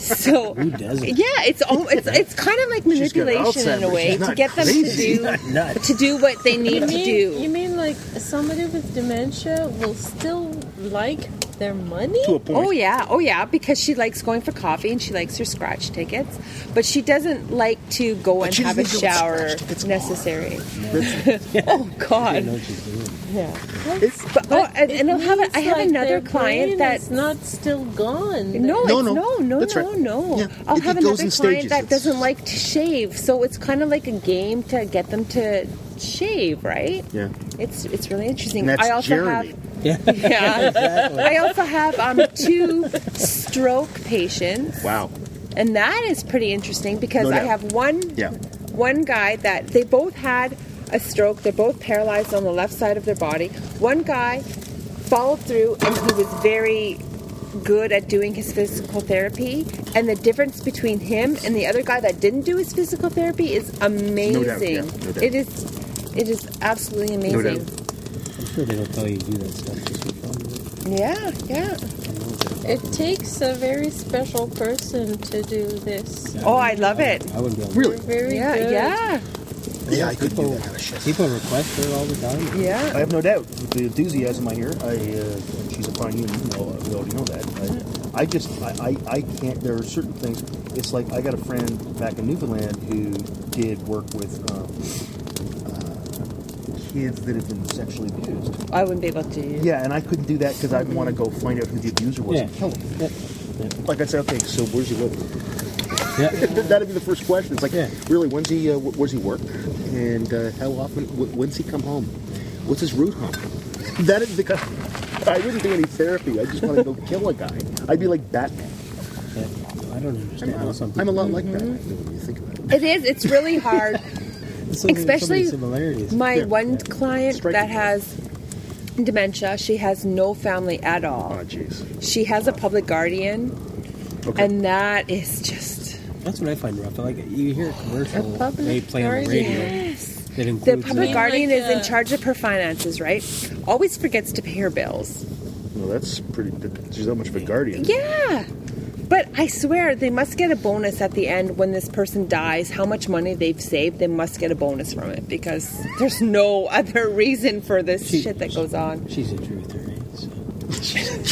S4: So
S3: Who doesn't?
S4: Yeah, it's al- it's it's kind of like
S2: She's got
S4: manipulation in a
S2: Alzheimer's.
S4: way
S2: She's
S4: to
S2: not
S4: get them to
S2: crazy.
S4: do
S3: Nuts.
S4: to do what they need
S1: You
S4: to
S1: mean, you
S4: do.
S1: mean like somebody with dementia will still like their money?
S2: to a point.
S4: Oh yeah, oh yeah, because she likes going for coffee and she likes her scratch tickets, but she doesn't like to go and
S2: she
S4: have a
S2: doesn't know what
S4: shower
S2: scratch tickets are.
S4: necessary.
S2: That's-
S4: Oh
S3: I know
S4: God!
S3: what she's doing.
S1: Yeah.
S2: it's-
S4: But, oh,
S1: But
S4: and,
S1: it
S4: and I'll have
S1: means
S4: a, I have
S1: like
S4: another
S1: their
S4: client
S1: brain
S4: that
S1: is not still gone.
S4: No,
S2: No,
S4: it's,
S2: no.
S4: no, no, no,
S2: That's right.
S4: no.
S2: Yeah.
S4: I'll
S2: It-
S4: have
S2: it goes
S4: another
S2: in
S4: client
S2: stages.
S4: that
S2: It's-
S4: doesn't like to shave, so it's kind of like a game to get them to shave, right?
S2: yeah.
S4: It's it's really interesting.
S2: And that's
S4: I also
S2: Jeremy.
S3: Yeah.
S4: have yeah. I also have um, two stroke patients,
S2: Wow.
S4: and that is pretty interesting because
S2: No
S4: I
S2: doubt.
S4: have one
S2: Yeah.
S4: one guy that they both had a stroke. They're both paralyzed on the left side of their body. One guy followed through and he was very good at doing his physical therapy. And the difference between him and the other guy that didn't do his physical therapy is amazing.
S2: yeah, no doubt.
S4: It is it is absolutely
S2: No
S4: amazing.
S2: doubt.
S3: I'm sure they don't tell you to do that stuff just for fun.
S4: yeah, yeah.
S1: It takes a very special person to do this.
S4: Oh, I love it.
S3: I wouldn't be able to.
S2: Really?
S1: Very
S4: yeah,
S1: good.
S4: yeah.
S2: Yeah, I could do that kind of shit.
S3: People request her all the time.
S4: Yeah.
S5: I have no doubt with the enthusiasm I hear. I, uh, she's a fine human. We all- we already know that. I, I just, I, I, I can't. There are certain things. It's like I got a friend back in Newfoundland who did work with um, uh, kids that had been sexually abused.
S4: I wouldn't be able to do
S5: Yeah, and I couldn't do that because I'd want to go find out who the abuser was and kill him.
S3: Yeah.
S5: Like I'd say, okay, so where's he living?
S3: Yeah.
S2: Th- That'd be the first question. It's like,
S3: Yeah.
S2: really, when's he? Uh, wh- where's he work? And uh, how often? Wh- when's he come home? What's his route home? That is the. cu- I wouldn't do any therapy. I just want to go kill a guy. I'd be like Batman.
S3: Yeah. I don't understand how some
S2: I'm, I'm
S3: people
S2: a lot like Batman when you think about it.
S4: It is. It's really hard.
S3: There's so many- so many
S4: Especially
S3: similarities.
S4: My
S2: Yeah.
S4: one client
S2: Striking.
S4: that has dementia, she has no family at
S2: Oh,
S4: all.
S2: jeez.
S4: She has a public guardian,
S2: Okay.
S4: and that is just
S3: That's what I find rough. Like you hear a commercial,
S1: A public
S3: they play on the radio
S1: guardian.
S3: that
S4: the
S3: includes
S4: public
S1: mean
S4: guardian
S1: like
S4: is in
S1: a-
S4: charge of her finances, right? Always forgets to pay her bills.
S2: Well, that's pretty. that- She's that much of a guardian.
S4: Yeah. But I swear they must get a bonus at the end when this person dies. How much money they've saved, they must get a bonus from it because there's no other reason for this
S3: She-
S4: shit that goes on.
S3: She's a truther. Right? So.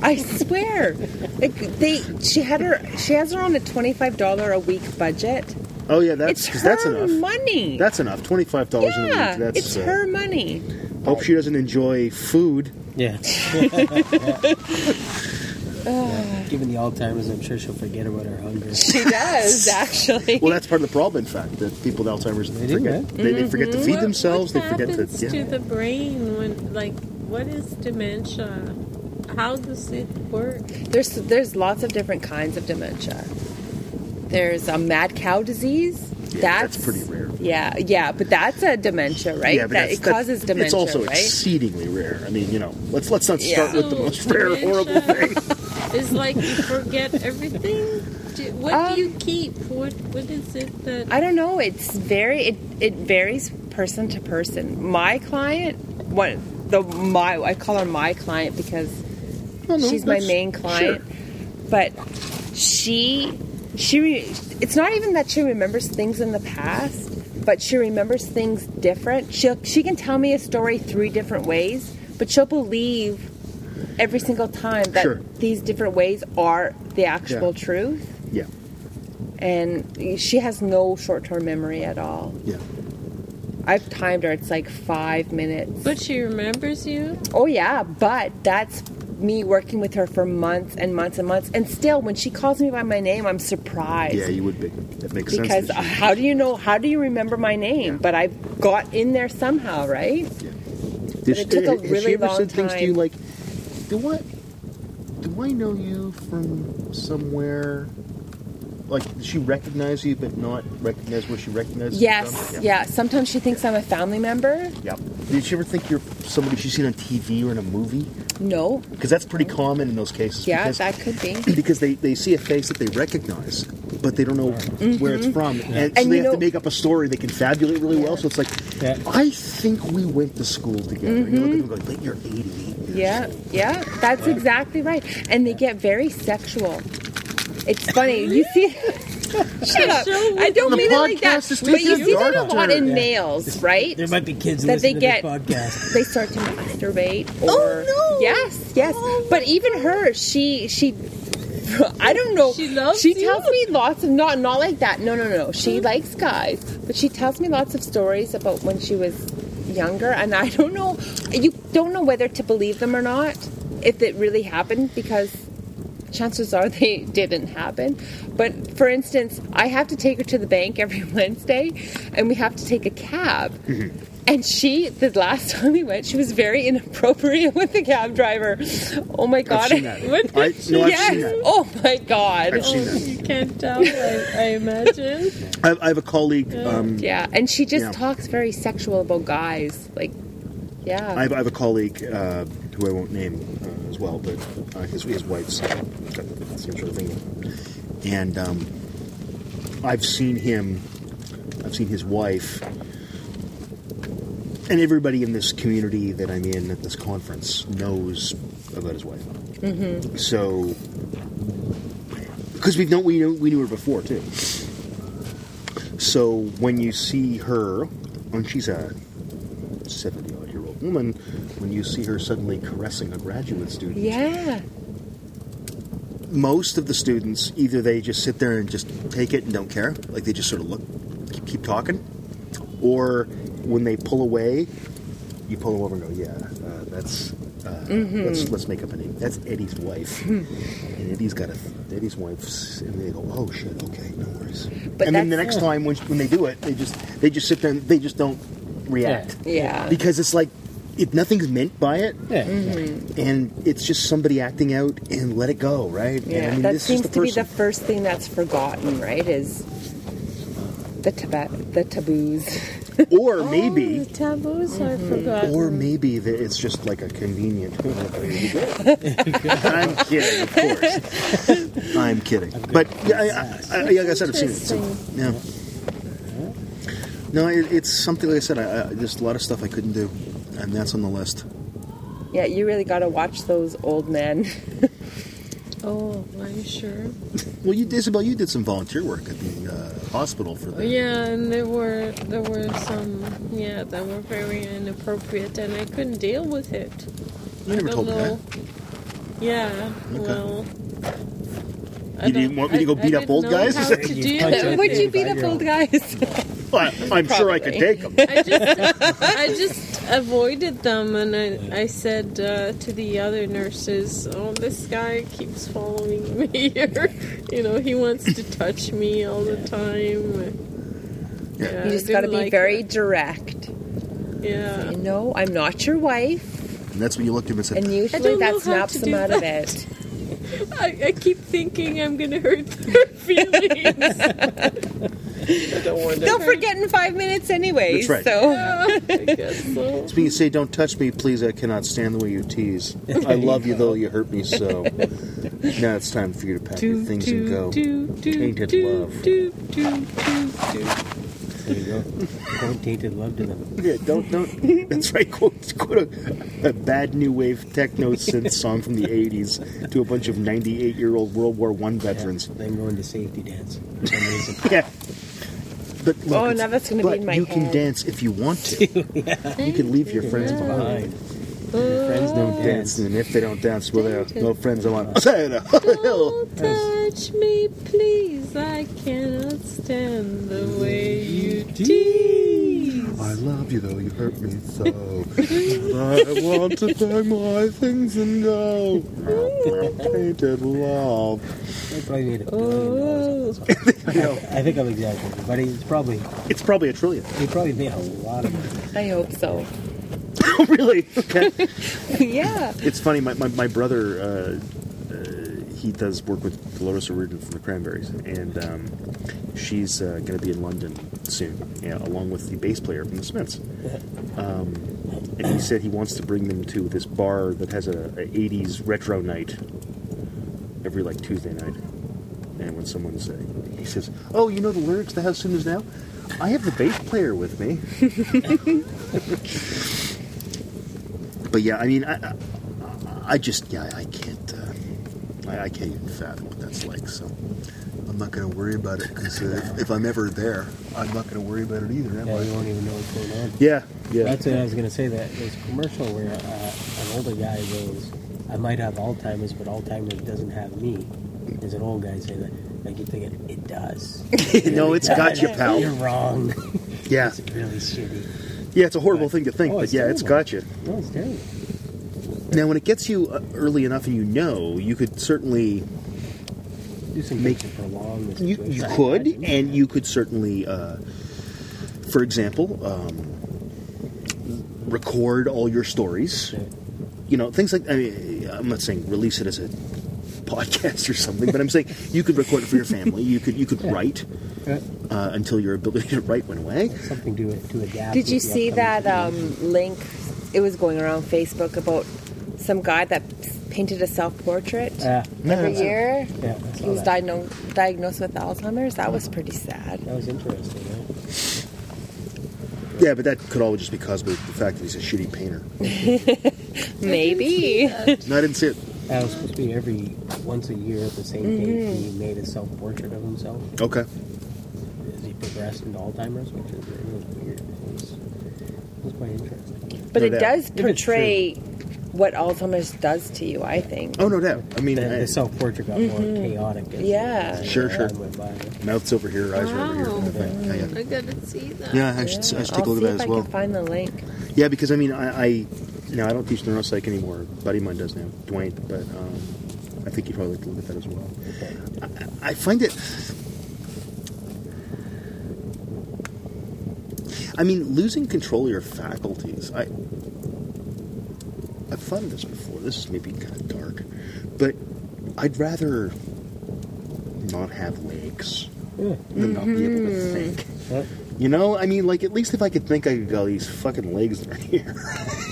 S4: I swear, like they, she had her, she has her on a twenty-five dollar a week budget.
S2: Oh yeah, that's
S4: it's
S2: 'cause
S4: her
S2: that's enough.
S4: money.
S2: That's enough. Twenty-five dollars in a week.
S4: yeah,
S2: That's,
S4: it's
S2: uh,
S4: her money.
S2: Hope she doesn't enjoy food.
S3: Yeah. Yeah. Given the Alzheimer's, I'm sure she'll forget about her hunger.
S4: She does actually.
S2: Well, that's part of the problem. In fact, that people with Alzheimer's
S3: They do,
S2: forget.
S3: right?
S2: They,
S4: Mm-hmm.
S2: they forget to feed
S1: What-
S2: themselves.
S1: What
S2: they forget to.
S1: happens to the brain when, like, what is dementia? How does it work?
S4: there's there's lots of different kinds of dementia. There's a mad cow disease.
S2: Yeah,
S4: that's,
S2: that's pretty rare.
S4: Yeah, yeah, but that's a dementia, right?
S2: Yeah, but
S4: that
S2: that's-
S4: it causes
S2: that's-
S4: dementia,
S2: It's also
S4: right?
S2: exceedingly rare. I mean, you know, let's let's not
S4: Yeah.
S2: start with the
S1: So
S2: most rare,
S1: dementia
S2: horrible thing.
S1: Is like you forget everything? Do, what
S4: Um,
S1: do you keep? What What is it that.
S4: I don't know. It's very it, it varies person to person. My client, one the my I call her my client because
S2: Oh, No, no,
S4: she's my
S2: that's-
S4: main client,
S2: sure.
S4: but she she re, it's not even that she remembers things in the past, but she remembers things different. She will she can tell me a story three different ways, but she'll believe every single time that
S2: Sure.
S4: these different ways are the actual truth
S2: Yeah,
S4: and she has no short-term memory at all.
S2: yeah.
S4: I've timed her; it's like five minutes.
S1: But she remembers you?
S4: Oh yeah, but that's me working with her for months and months and months, and still, when she calls me by my name, I'm surprised.
S2: Yeah, you would be. That makes sense.
S4: because
S2: that she-
S4: how do you know? How do you remember my name? But I got in there somehow, right?
S2: Did
S4: it took a
S2: has
S4: really
S2: she ever
S4: long
S2: said things to you
S4: time.
S2: like, do I, do I know you from somewhere? Like, does she recognize you, but not recognize where she recognizes you
S4: Yes.
S2: from?
S4: Yeah. Sometimes she thinks I'm a family member.
S2: Yep. Did she ever think you're somebody she's seen on TV or in a movie?
S4: No.
S2: Because that's pretty common in those cases.
S4: Yeah,
S2: because,
S4: that could be.
S2: because they, they see a face that they recognize, but they don't know where it's from, and, so
S4: Mm-hmm. And
S2: they
S4: you
S2: have to
S4: know-
S2: make up a story. They can fabulate really well, so it's like
S3: Yeah.
S2: I think we went to school together. You look at them and go, but you're 88.
S4: Mm-hmm. Yeah, yeah, that's exactly right. And they get very sexual. It's funny. You see, shut up. I don't
S2: The
S4: mean it like that.
S2: podcast is
S4: But you
S2: taking a
S4: see that a
S2: dark
S4: lot
S2: turn.
S4: in males, right?
S3: There might be kids
S4: That they
S3: listening
S4: get-
S3: to this podcast.
S4: They start to masturbate. Or,
S1: no.
S4: Yes, Oh, yes. But even her, she she. I don't know.
S1: She loves
S4: She
S1: you?
S4: tells me lots of not not like that. No, no, no. She likes guys, but she tells me lots of stories about when she was younger, and I don't know. You don't know whether to believe them or not. If it really happened, because chances are they didn't happen. But for instance, I have to take her to the bank every Wednesday, and we have to take a cab.
S2: Mm-hmm.
S4: And she, the last time we went, she was very inappropriate with the cab driver. Oh my god!
S2: seen that.
S1: What
S2: I,
S1: did
S2: no, I've
S4: yes.
S2: seen that.
S4: Oh my god.
S2: I've seen
S1: Oh, you can't tell. I, I imagine.
S2: I have, I have a colleague. Um,
S4: Oh, Yeah, and she just
S2: Yeah.
S4: talks very sexual about guys. Like, yeah.
S2: I, have, I have a colleague uh, who I won't name uh, as well, but uh, his, his wife's got the same sort of thing. And um, I've seen him. I've seen his wife. And everybody in this community that I'm in at this conference knows about his wife. So, because we know we know, we knew her before too. So when you see her, when she's a seventy odd year old woman, when you see her suddenly caressing a graduate student,
S4: yeah.
S2: most of the students either they just sit there and just take it and don't care, like they just sort of look, keep, keep talking, or when they pull away, you pull them over and go, "Yeah, uh, that's uh,
S4: Mm-hmm.
S2: let's let's make up a name. That's Eddie's wife,
S4: Hmm.
S2: and Eddie's got a Eddie's wife's." And they go, "Oh shit, okay, no worries."
S4: But
S2: and then the
S4: that's-
S2: next time when, when they do it, they just they just sit there and they just don't react
S4: Yeah.
S2: because it's like if nothing's meant by it
S3: Yeah.
S2: and it's just somebody acting out and let it go, right? And,
S4: Yeah,
S2: I mean,
S4: that
S2: this
S4: seems
S2: is the
S4: to be the
S2: person.
S4: first thing that's forgotten, right? Is the taba- the taboos.
S2: or
S1: Oh, the
S2: maybe, Mm-hmm.
S1: taboos I forgot.
S2: or maybe that it's just like a convenient. I'm kidding, of course. I'm kidding, but yeah, I, I, I, like I said, I've seen it. So, yeah. No, it, it's something like I said. I, I, there's a lot of stuff I couldn't do, and that's on the list.
S4: yeah, you really got to watch those old men.
S1: Oh, I'm sure.
S2: Well, you, Isabel, you did some volunteer work at the uh, hospital
S4: Oh,
S2: for the
S1: Yeah, and there were there were some yeah that were very inappropriate, and I couldn't deal with it.
S2: You never
S1: I
S2: told me that.
S1: Yeah.
S2: Okay.
S1: Well. I
S2: You didn't
S1: don't-
S2: want me to
S1: I-
S2: go beat
S1: I
S2: up old
S1: didn't know
S2: guys?
S1: How to
S3: You
S1: deal
S3: punch
S1: with
S3: up
S4: Would
S1: it.
S4: you be the old guys?
S2: Well, I'm sure I could
S4: Probably.
S2: take them.
S1: I just, I just avoided them, and I, I said uh, to the other nurses, "Oh, this guy keeps following me here. you know, he wants to touch me all the time."
S2: Yeah.
S1: Yeah,
S4: you
S1: I
S4: just got
S1: didn't
S4: to be
S1: like
S4: very
S1: that.
S4: direct.
S1: Yeah.
S4: You know, I'm not your wife,
S2: And that's when you looked at him and said,
S4: and
S1: I
S4: usually
S1: don't know
S4: that
S1: how
S4: snaps
S1: to
S4: them
S1: do
S4: out of it.
S1: I, I keep thinking I'm gonna hurt their feelings. I don't want to.
S4: They'll forget in five minutes anyway.
S2: That's right.
S4: So
S1: I guess so.
S2: It's when you say, "Don't touch me, please. I cannot stand the way you tease. I love you, though you hurt me so." now it's time for you to pack your things and go.
S1: do, do,
S2: Tainted
S1: do,
S2: love.
S1: do, do, do, do.
S3: There you go. Don't tainted love to them.
S2: Yeah, don't, don't. That's right. Quote, quote a, a bad new wave techno synth song from the '80s to a bunch of 98-year-old World War One veterans.
S3: Yeah, I'm going to safety dance for some reason.
S2: Yeah. But look,
S4: Oh,
S2: it's-
S4: now that's gonna be
S2: but
S4: in my
S2: you can
S4: head.
S2: dance if you want to. You can leave your friends
S1: Yeah.
S2: behind.
S3: Fine. Your friends don't
S2: Dance,
S3: dance.
S2: and if they don't dance, well, they're
S1: Tainted.
S2: no friends. I want. Say it.
S1: Oh, Don't touch me, please. I cannot stand the way you tease.
S2: I love you though you hurt me so. I want to pack my things and go. Painted love.
S3: I probably made a billion dollars.
S1: Oh,
S3: I think I'm exaggerating, but he's probably
S2: It's probably a trillion.
S3: he probably made a lot of money.
S4: I hope so.
S2: Oh, really? Okay.
S4: yeah.
S2: it's funny. My my, my brother, uh, uh, he does work with Dolores O'Riordan from the Cranberries, and um, she's uh, going to be in London soon, yeah, along with the bass player from the Smiths. Um, and he said he wants to bring them to this bar that has a, a '80s retro night every like Tuesday night. And when someone's, uh, he says, "Oh, you know the lyrics to How Soon Is Now." I have the bass player with me. but yeah, I mean, I, I, I just yeah, I can't, uh, I, I can't even fathom what that's like. So I'm not going to worry about it because uh, if, if I'm ever there, I'm not going to worry about it either, am
S3: Yeah,
S2: I?
S3: you won't even know what's going on.
S2: Yeah, yeah.
S3: That's what I was going to say. That there's a commercial where uh, an older guy goes, "I might have Alzheimer's, but Alzheimer's doesn't have me." There's an old guy saying that. And I keep thinking, it does.
S2: no, it's got you,
S3: You're
S2: pal.
S3: wrong.
S2: Yeah,
S3: It's really shitty.
S2: yeah. It's a horrible thing to think,
S3: Oh,
S2: but
S3: it's
S2: yeah, it's
S3: terrible.
S2: got you.
S3: No, it's terrible.
S2: Now, when it gets you uh, early enough and you know, you could certainly
S3: Do some
S2: Make-
S3: make it prolong the
S2: you,
S3: situation.
S2: you
S3: I
S2: could,
S3: imagine.
S2: and you could certainly, uh, for example, um, record all your stories. You know, things like I mean, I'm not saying release it as a podcast or something, but I'm saying you could record it for your family. You could you could write
S3: Uh,
S2: uh, until your ability to write went away.
S3: something to to adapt.
S4: Did
S3: with
S4: you
S3: the
S4: see
S3: upcoming
S4: that um, link? It was going around Facebook about some guy that painted a self portrait
S2: Uh,
S3: Yeah.
S4: every year.
S3: Yeah, I saw
S4: He was
S3: that.
S4: diagnosed diagnosed with Alzheimer's. That was pretty sad.
S3: That was interesting. Right?
S2: Yeah, but that could all just be caused by the fact that he's a shitty painter.
S4: Maybe.
S2: No, I didn't see it.
S3: That was supposed to be every once a year at the same
S4: Mm-hmm.
S3: date. He made a self portrait of himself
S2: Okay.
S3: as he progressed into Alzheimer's, which is it was weird. It was, it was quite interesting.
S4: But
S2: No
S4: it
S2: doubt.
S4: does
S3: true.
S4: portray what Alzheimer's does to you, I think.
S2: Oh no doubt. I mean,
S3: The,
S2: I-
S3: the self portrait got more chaotic. As
S4: Yeah.
S3: as
S2: Sure, sure.
S3: time went by.
S2: mouth's over here, eyes are over here. the whole thing. Yeah, yeah.
S1: I gotta see that.
S2: Yeah, I should, I should take a
S4: will
S2: look
S4: see
S2: at that
S4: if
S2: as
S4: I
S2: well.
S4: can find the link.
S2: Yeah, because I mean, I, I now I don't teach neuropsych anymore. A buddy of mine does now, Dwayne. But um, I think you probably like to look at that as well. I, I find it. I mean, losing control of your faculties. I I've thought of this before. This is maybe kind of dark, but I'd rather not have legs
S3: Yeah.
S2: than not be able to think.
S3: Well,
S2: You know, I mean, like at least if I could think, I could go. These fucking legs that are here.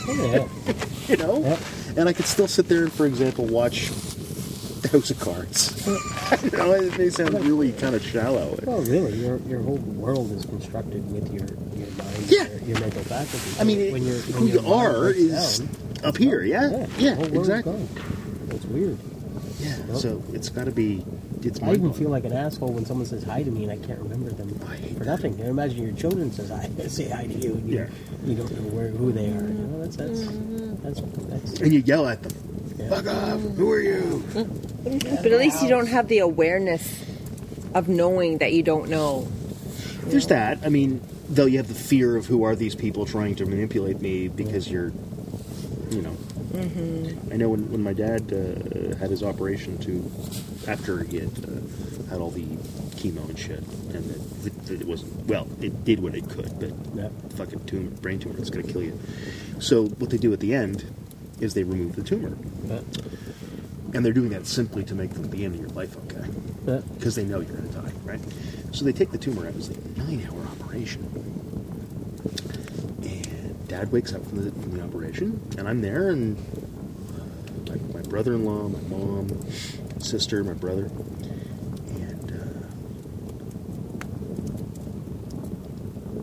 S3: yeah.
S2: you know?
S3: Yeah.
S2: And I could still sit there and, for example, watch House of Cards. you know, it may sound really kind of shallow.
S3: Well, really, your, your whole world is constructed with your, your mind,
S2: Yeah.
S3: your, your mental faculties.
S2: I mean, it-
S3: when you're,
S2: who
S3: when
S2: you
S3: your mind
S2: are
S3: breaks
S2: is
S3: down,
S2: up here, yeah?
S3: the
S2: Yeah,
S3: whole world's
S2: exactly.
S3: gone. It's weird.
S2: Yeah, so it's got to be. It's
S3: I even
S2: mind-blowing.
S3: feel like an asshole when someone says hi to me and I can't remember them
S2: I hate
S3: for nothing. And imagine your children says hi, say hi to you, and you,
S2: Yeah.
S3: you don't know where who they are. You know, that's that's that's, that's,
S2: And you yell at them.
S3: yeah.
S2: Fuck off! Who are you?
S4: But at least you don't have the awareness of knowing that you don't know.
S2: There's that. I mean, though you have the fear of who are these people trying to manipulate me because you're, you know. I know when, when my dad uh, had his operation to, after he had uh, had all the chemo and shit, and that, that, that it wasn't, well, it did what it could, but
S3: Yeah.
S2: fucking tumor, brain tumor, it's going to kill you. So what they do at the end is they remove the tumor.
S3: Yeah.
S2: And they're doing that simply to make the end of your life okay
S3: Yeah.
S2: because they know you're going to die, right? So they take the tumor out. It's like a nine-hour operation, and Dad wakes up from the, from the operation, and I'm there, and uh, my, my brother-in-law, my mom, sister, my brother, and uh,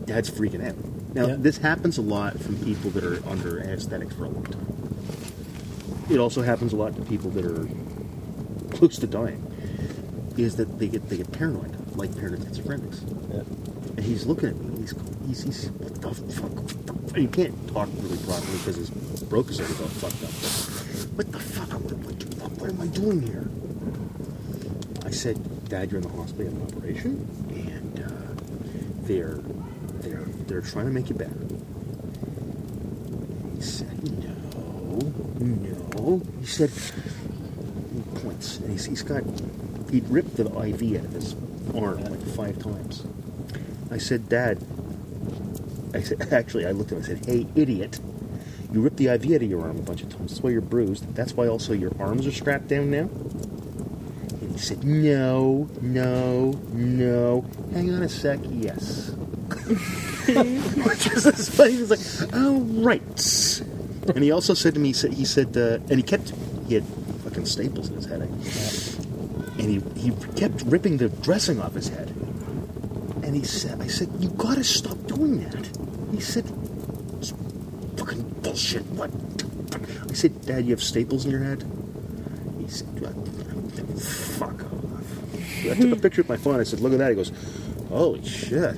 S2: Dad's freaking out. Now
S3: Yeah.
S2: this happens a lot from people that are under anesthetics for a long time. It also happens a lot to people that are close to dying is that they get they get paranoid, like paranoid schizophrenics.
S3: Yeah.
S2: And he's looking at me. and He's going, he's, he's what the fuck? What the fuck?" He can't talk really properly because his brokers are all fucked up. What the fuck? What, what, the fuck? what am I doing here? I said, Dad, you're in the hospital. You have an operation, and uh, they're they're they're trying to make you better. He said, No, no. He said, points. And he's, he's got, he'd ripped the IV out of his arm like five times. I said, Dad, I said, actually, I looked at him and I said, hey, idiot, you ripped the IV out of your arm a bunch of times. That's why you're bruised. That's why also your arms are strapped down now. And he said, no, no, no. Hang on a sec, yes. Which is as funny. He's like, oh, right. And he also said to me, he said, he said uh, and he kept, he had fucking staples in his head. I and he, he kept ripping the dressing off his head. And and he said, I said, you gotta stop doing that. He said, "It's fucking bullshit. What? the fuck?" I said, Dad, you have staples in your head? He said, "What? fuck off. I took a picture with my phone. I said, look at that. He goes, holy shit.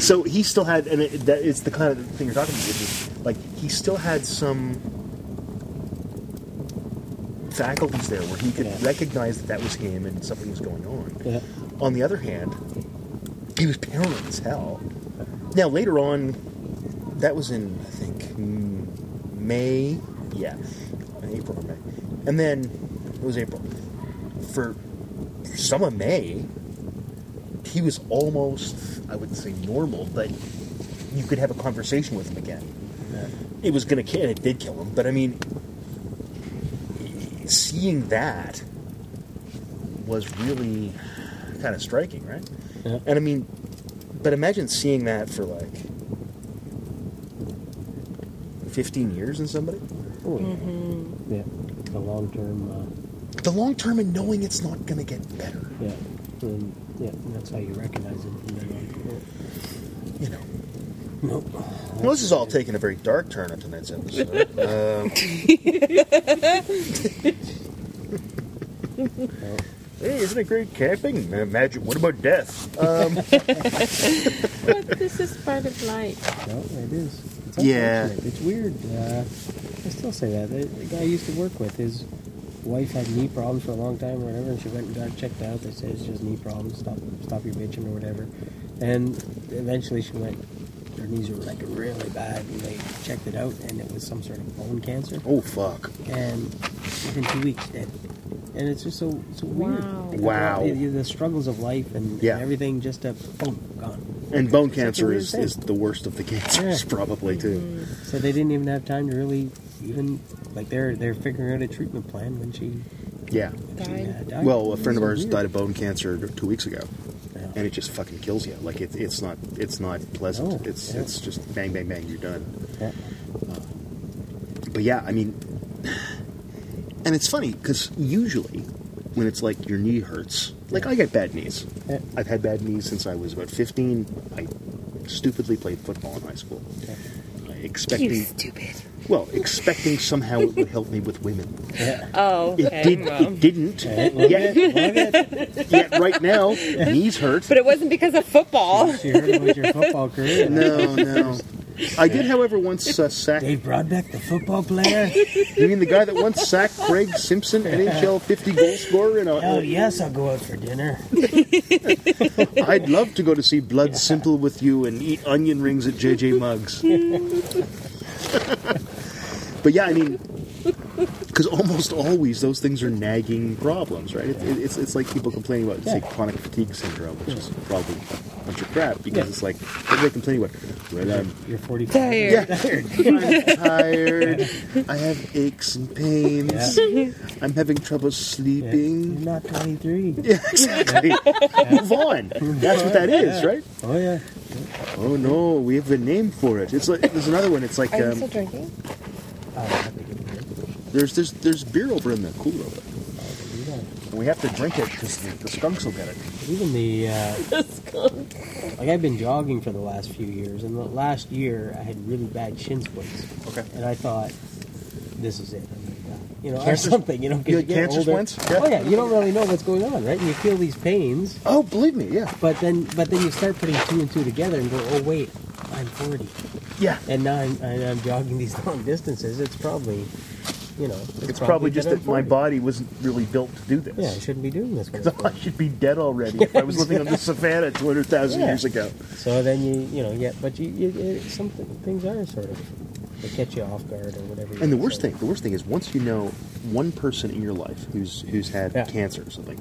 S2: so he still had, and it, that, it's the kind of thing you're talking about. Which is, like he still had some faculties there where he could
S3: Yeah.
S2: recognize that that was him and something was going on.
S3: Yeah.
S2: On the other hand, he was paranoid as hell. Now later on, that was in I think mm, May, yeah, April or May, and then it was April. For some of May, he was almost I would say normal, but you could have a conversation with him again. It was gonna kill, and it did kill him. But I mean, seeing that was really kind of striking, right?
S3: Yeah.
S2: And I mean, but imagine seeing that for like 15 years in somebody.
S3: Oh, yeah. yeah. The long term. Uh,
S2: The long term and knowing it's not going to get better,
S3: yeah. And, yeah. And that's how you recognize it. From then
S2: you know.
S3: on. Nope.
S2: Well, this is all taking a very dark turn on tonight's episode. um, hey, isn't it great camping? Imagine, what about death?
S3: Uh,
S2: Um,
S1: But this is part of life.
S3: No, it is. It's
S2: Yeah.
S3: unfortunate. It's weird. Uh, I still say that. The, the guy I used to work with, his wife had knee problems for a long time or whatever, and she went and got checked out. They said it's just knee problems. Stop, stop your bitching or whatever. And eventually she went, her knees were like really bad, and they checked it out, and it was some sort of bone cancer.
S2: oh, fuck.
S3: And within two weeks, dead. And it's just so, so
S1: Wow.
S3: weird.
S2: Wow.
S3: The, the- the struggles of life and,
S2: Yeah.
S3: and everything just, uh, boom, gone.
S2: And bone
S3: It's such a
S2: cancer
S3: weird
S2: is,
S3: thing.
S2: is the worst of the cancers,
S3: Yeah. Mm.
S2: probably, too.
S3: So they didn't even have time to really even like they're they're figuring out a treatment plan when she,
S2: Yeah.
S3: she, uh,
S1: Died.
S3: died.
S2: Well, a friend of
S3: It's
S2: ours
S3: weird.
S2: died of bone cancer two weeks ago,
S3: Yeah.
S2: and it just fucking kills you. Like it, it's not, it's not pleasant.
S3: No,
S2: it's
S3: yeah.
S2: it's just bang, bang, bang. You're done.
S3: Yeah.
S2: But yeah, I mean, and it's funny because usually when it's like your knee hurts, like I get bad knees.
S3: Yeah.
S2: I've had bad knees since I was about 15. I stupidly played football in high school,
S3: Yeah.
S4: You
S2: expecting
S4: stupid.
S2: well, expecting somehow it would help me with women.
S3: Yeah.
S4: Oh,
S2: It,
S4: okay.
S2: did,
S4: well.
S2: it didn't.
S3: Yeah, look at-
S2: Yet,
S3: look at-
S2: yet right now, knees hurt.
S4: But it wasn't because of football.
S3: She heard about your football career.
S2: No, no. I did, however, once uh, sack.
S3: Dave Broadbeck, the football player.
S2: You mean the guy that once sacked Craig Simpson, NHL 50 goal scorer? In a,
S3: oh yes, I'll go out for dinner.
S2: I'd love to go to see Blood Simple with you and eat onion rings at JJ Muggs. but yeah, I mean, because almost always those things are nagging problems, right? It, it, it's, it's like people complaining about, say,
S3: Yeah.
S2: chronic fatigue syndrome, which is probably a bunch of crap because
S3: Yeah.
S2: it's like, what do they complain about? Well, I'm
S3: You're 45.
S4: Tired.
S2: Yeah. I'm tired. I have aches and pains. I'm having trouble
S3: Yeah.
S2: sleeping.
S3: You're not 23.
S2: Yeah, exactly. Move on. That's what that is, right?
S3: Oh yeah.
S2: Oh no, we have a name for it. It's like there's another one. It's like
S4: Are you
S2: um,
S4: still drinking?
S3: Oh, I have to get a drink.
S2: there's there's there's beer over in the cooler,
S3: You got it.
S2: and we have to drink it because the, the skunks will get it.
S3: Even the uh, like I've been jogging for the last few years, and the last year I had really bad shin splints.
S2: Okay.
S3: and I thought, this is it. I'm gonna die. You know,
S2: Cancer-
S3: or something. You know, 'cause
S2: You
S3: you
S2: had
S3: get
S2: cancer
S3: older.
S2: splints? Yeah.
S3: Oh yeah, you don't really know what's going on, right? And you feel these pains,
S2: Oh, believe me, yeah,
S3: but then but then you start putting two and two together and go, oh wait, I'm 40,
S2: yeah.
S3: and now I'm, and I'm jogging these long distances. It's probably, you know, it's,
S2: It's probably just
S3: I'm
S2: that my
S3: 40.
S2: body wasn't really built to do
S3: Yeah, I
S2: this.
S3: shouldn't be doing this. when I'm 40.
S2: I should be dead already if I was living on the savannah 200,000
S3: Yeah.
S2: years ago.
S3: So then you, you know, yeah, but you, you it, some th- things are sort of they catch you off guard or whatever.
S2: And the worst thing, the worst thing is once you know one person in your life who's who's had
S3: Yeah.
S2: cancer or something,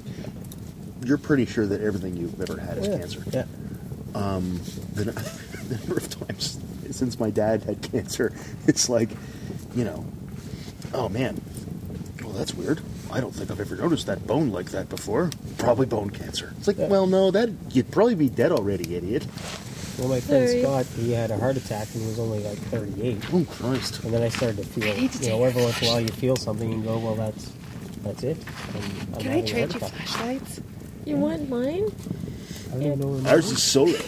S2: you're pretty sure that everything you've ever had is
S3: yeah.
S2: cancer.
S3: Yeah.
S2: The, n- the number of times since my dad had cancer, it's like, you know, oh man, well that's weird. I don't think I've ever noticed that bone like that before. Probably bone cancer. It's like,
S3: Yeah.
S2: well, no, that you'd probably be dead already, idiot.
S3: Well, my friend
S1: Sorry.
S3: Scott, he had a heart attack and he was only like 38.
S2: Oh Christ!
S3: And then I started to feel,
S4: need to
S3: you know,
S4: take
S3: every once in a while you feel something and go, well, that's that's it. And I'm
S4: Can I
S3: having a
S4: trade
S3: heart
S4: you
S3: attack.
S4: flashlights?
S1: You want mine?
S3: I don't know. where
S2: Ours is solar.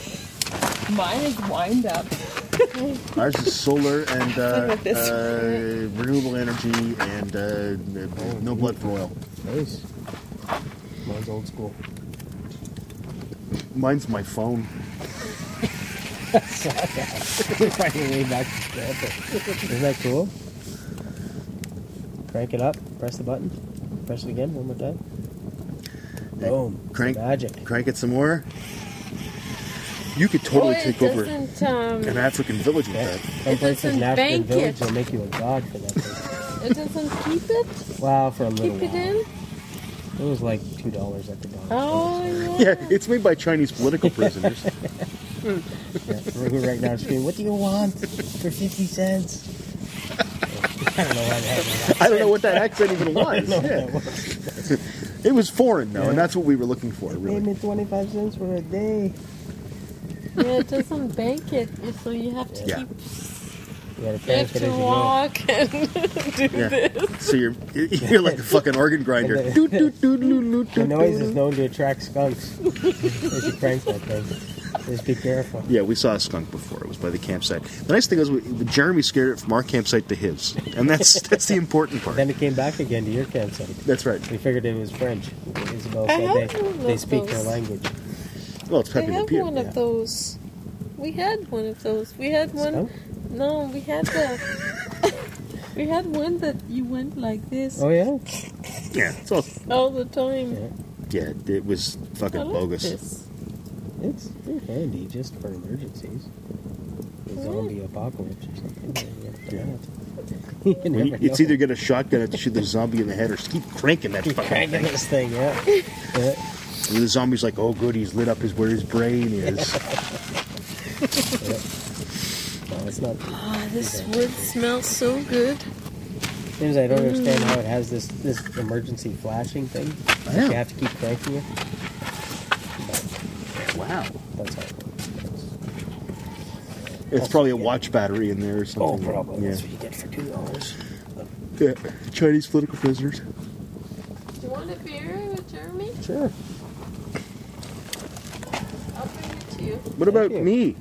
S4: Mine is wind up.
S2: Ours is solar and uh,
S4: like this.
S2: uh, renewable energy and uh, no blood for oil.
S3: Nice. Mine's old school.
S2: Mine's my phone.
S3: Finding way back to scrapper. Isn't that cool? Crank it up. Press the button. Press it again one more time. Boom.
S2: Crank,
S3: Magic.
S2: crank it some more. You could totally
S1: oh, it
S2: take over an
S1: doesn't, um,
S2: African village with
S3: Yeah.
S2: that.
S3: Some
S1: It
S3: places
S1: doesn't
S3: in African
S1: bank
S3: Village
S1: it.
S3: will make you a god for that thing.
S1: it doesn't keep it.
S3: Wow, for a little
S1: Keep it
S3: while.
S1: in.
S3: It was like two dollars at the dollar.
S1: Oh yeah.
S2: Yeah, it's made by Chinese political prisoners.
S3: store. Yeah, we're- we're right now screaming, "What do you want for fifty cents?" I don't know why the heck.
S2: I don't know what that accent even was.
S3: No,
S2: Yeah.
S3: no.
S2: It was foreign, though, and
S3: Yeah.
S2: that's what we were looking for,
S3: Pay
S2: really.
S3: me twenty-five cents for a day.
S1: yeah, it doesn't bank it, so you have to
S2: Yeah.
S1: keep.
S3: You gotta
S1: You have
S3: bank it
S1: to
S3: as you go.
S1: walk and do
S2: Yeah.
S1: this.
S2: So you're you're like a fucking organ grinder.
S3: And the-
S2: Doot, doot, doot, doot, doot,
S3: The
S2: doot,
S3: noise
S2: doot.
S3: is known to attract skunks. As you crank that thing, just be careful.
S2: Yeah, we saw a skunk before. It was by the campsite. The nice thing was, we, Jeremy scared it from our campsite to his, and that's that's the important part.
S3: Then it came back again to your campsite.
S2: That's right.
S3: We figured it was French. Isabel
S1: I
S3: said
S1: have
S3: they,
S1: one of
S3: they speak their
S1: those.
S3: language.
S2: Well, it's
S1: I
S2: Pepe Le
S1: have
S2: Pew.
S1: one
S3: yeah.
S1: of those. We had one of those. We had one.
S3: Skunk?
S1: No, we had the. we had one that you went like this
S3: Oh yeah.
S2: Yeah, it's all.
S1: all the time.
S3: Yeah.
S2: Yeah, it was
S1: I
S2: fucking
S1: like
S2: bogus.
S1: this.
S3: It's they're handy just for emergencies. The zombie apocalypse or something. You
S2: Yeah.
S3: never
S2: When you-
S3: know.
S2: it's either get a shotgun and shoot the zombie in the head, or just keep cranking that
S3: Keep
S2: fucking
S3: cranking
S2: thing.
S3: this thing, yeah. yeah.
S2: And the zombie's like, "Oh, good, he's lit up. Is where his brain is."
S3: No, it's not. As
S1: Ah, this wood smells so good.
S3: soon as I don't understand how it has this this emergency flashing thing,
S2: I
S3: you
S2: know.
S3: have to keep cranking it.
S2: Wow.
S3: That's how it works.
S2: It's probably a watch battery in there or
S3: Oh,
S2: something.
S3: probably.
S2: Yeah.
S3: That's what you get for two dollars.
S2: yeah. Chinese political prisoners.
S1: Do you want a beer with Jeremy?
S3: Sure.
S1: I'll bring it to you.
S2: What about
S3: you.
S2: me?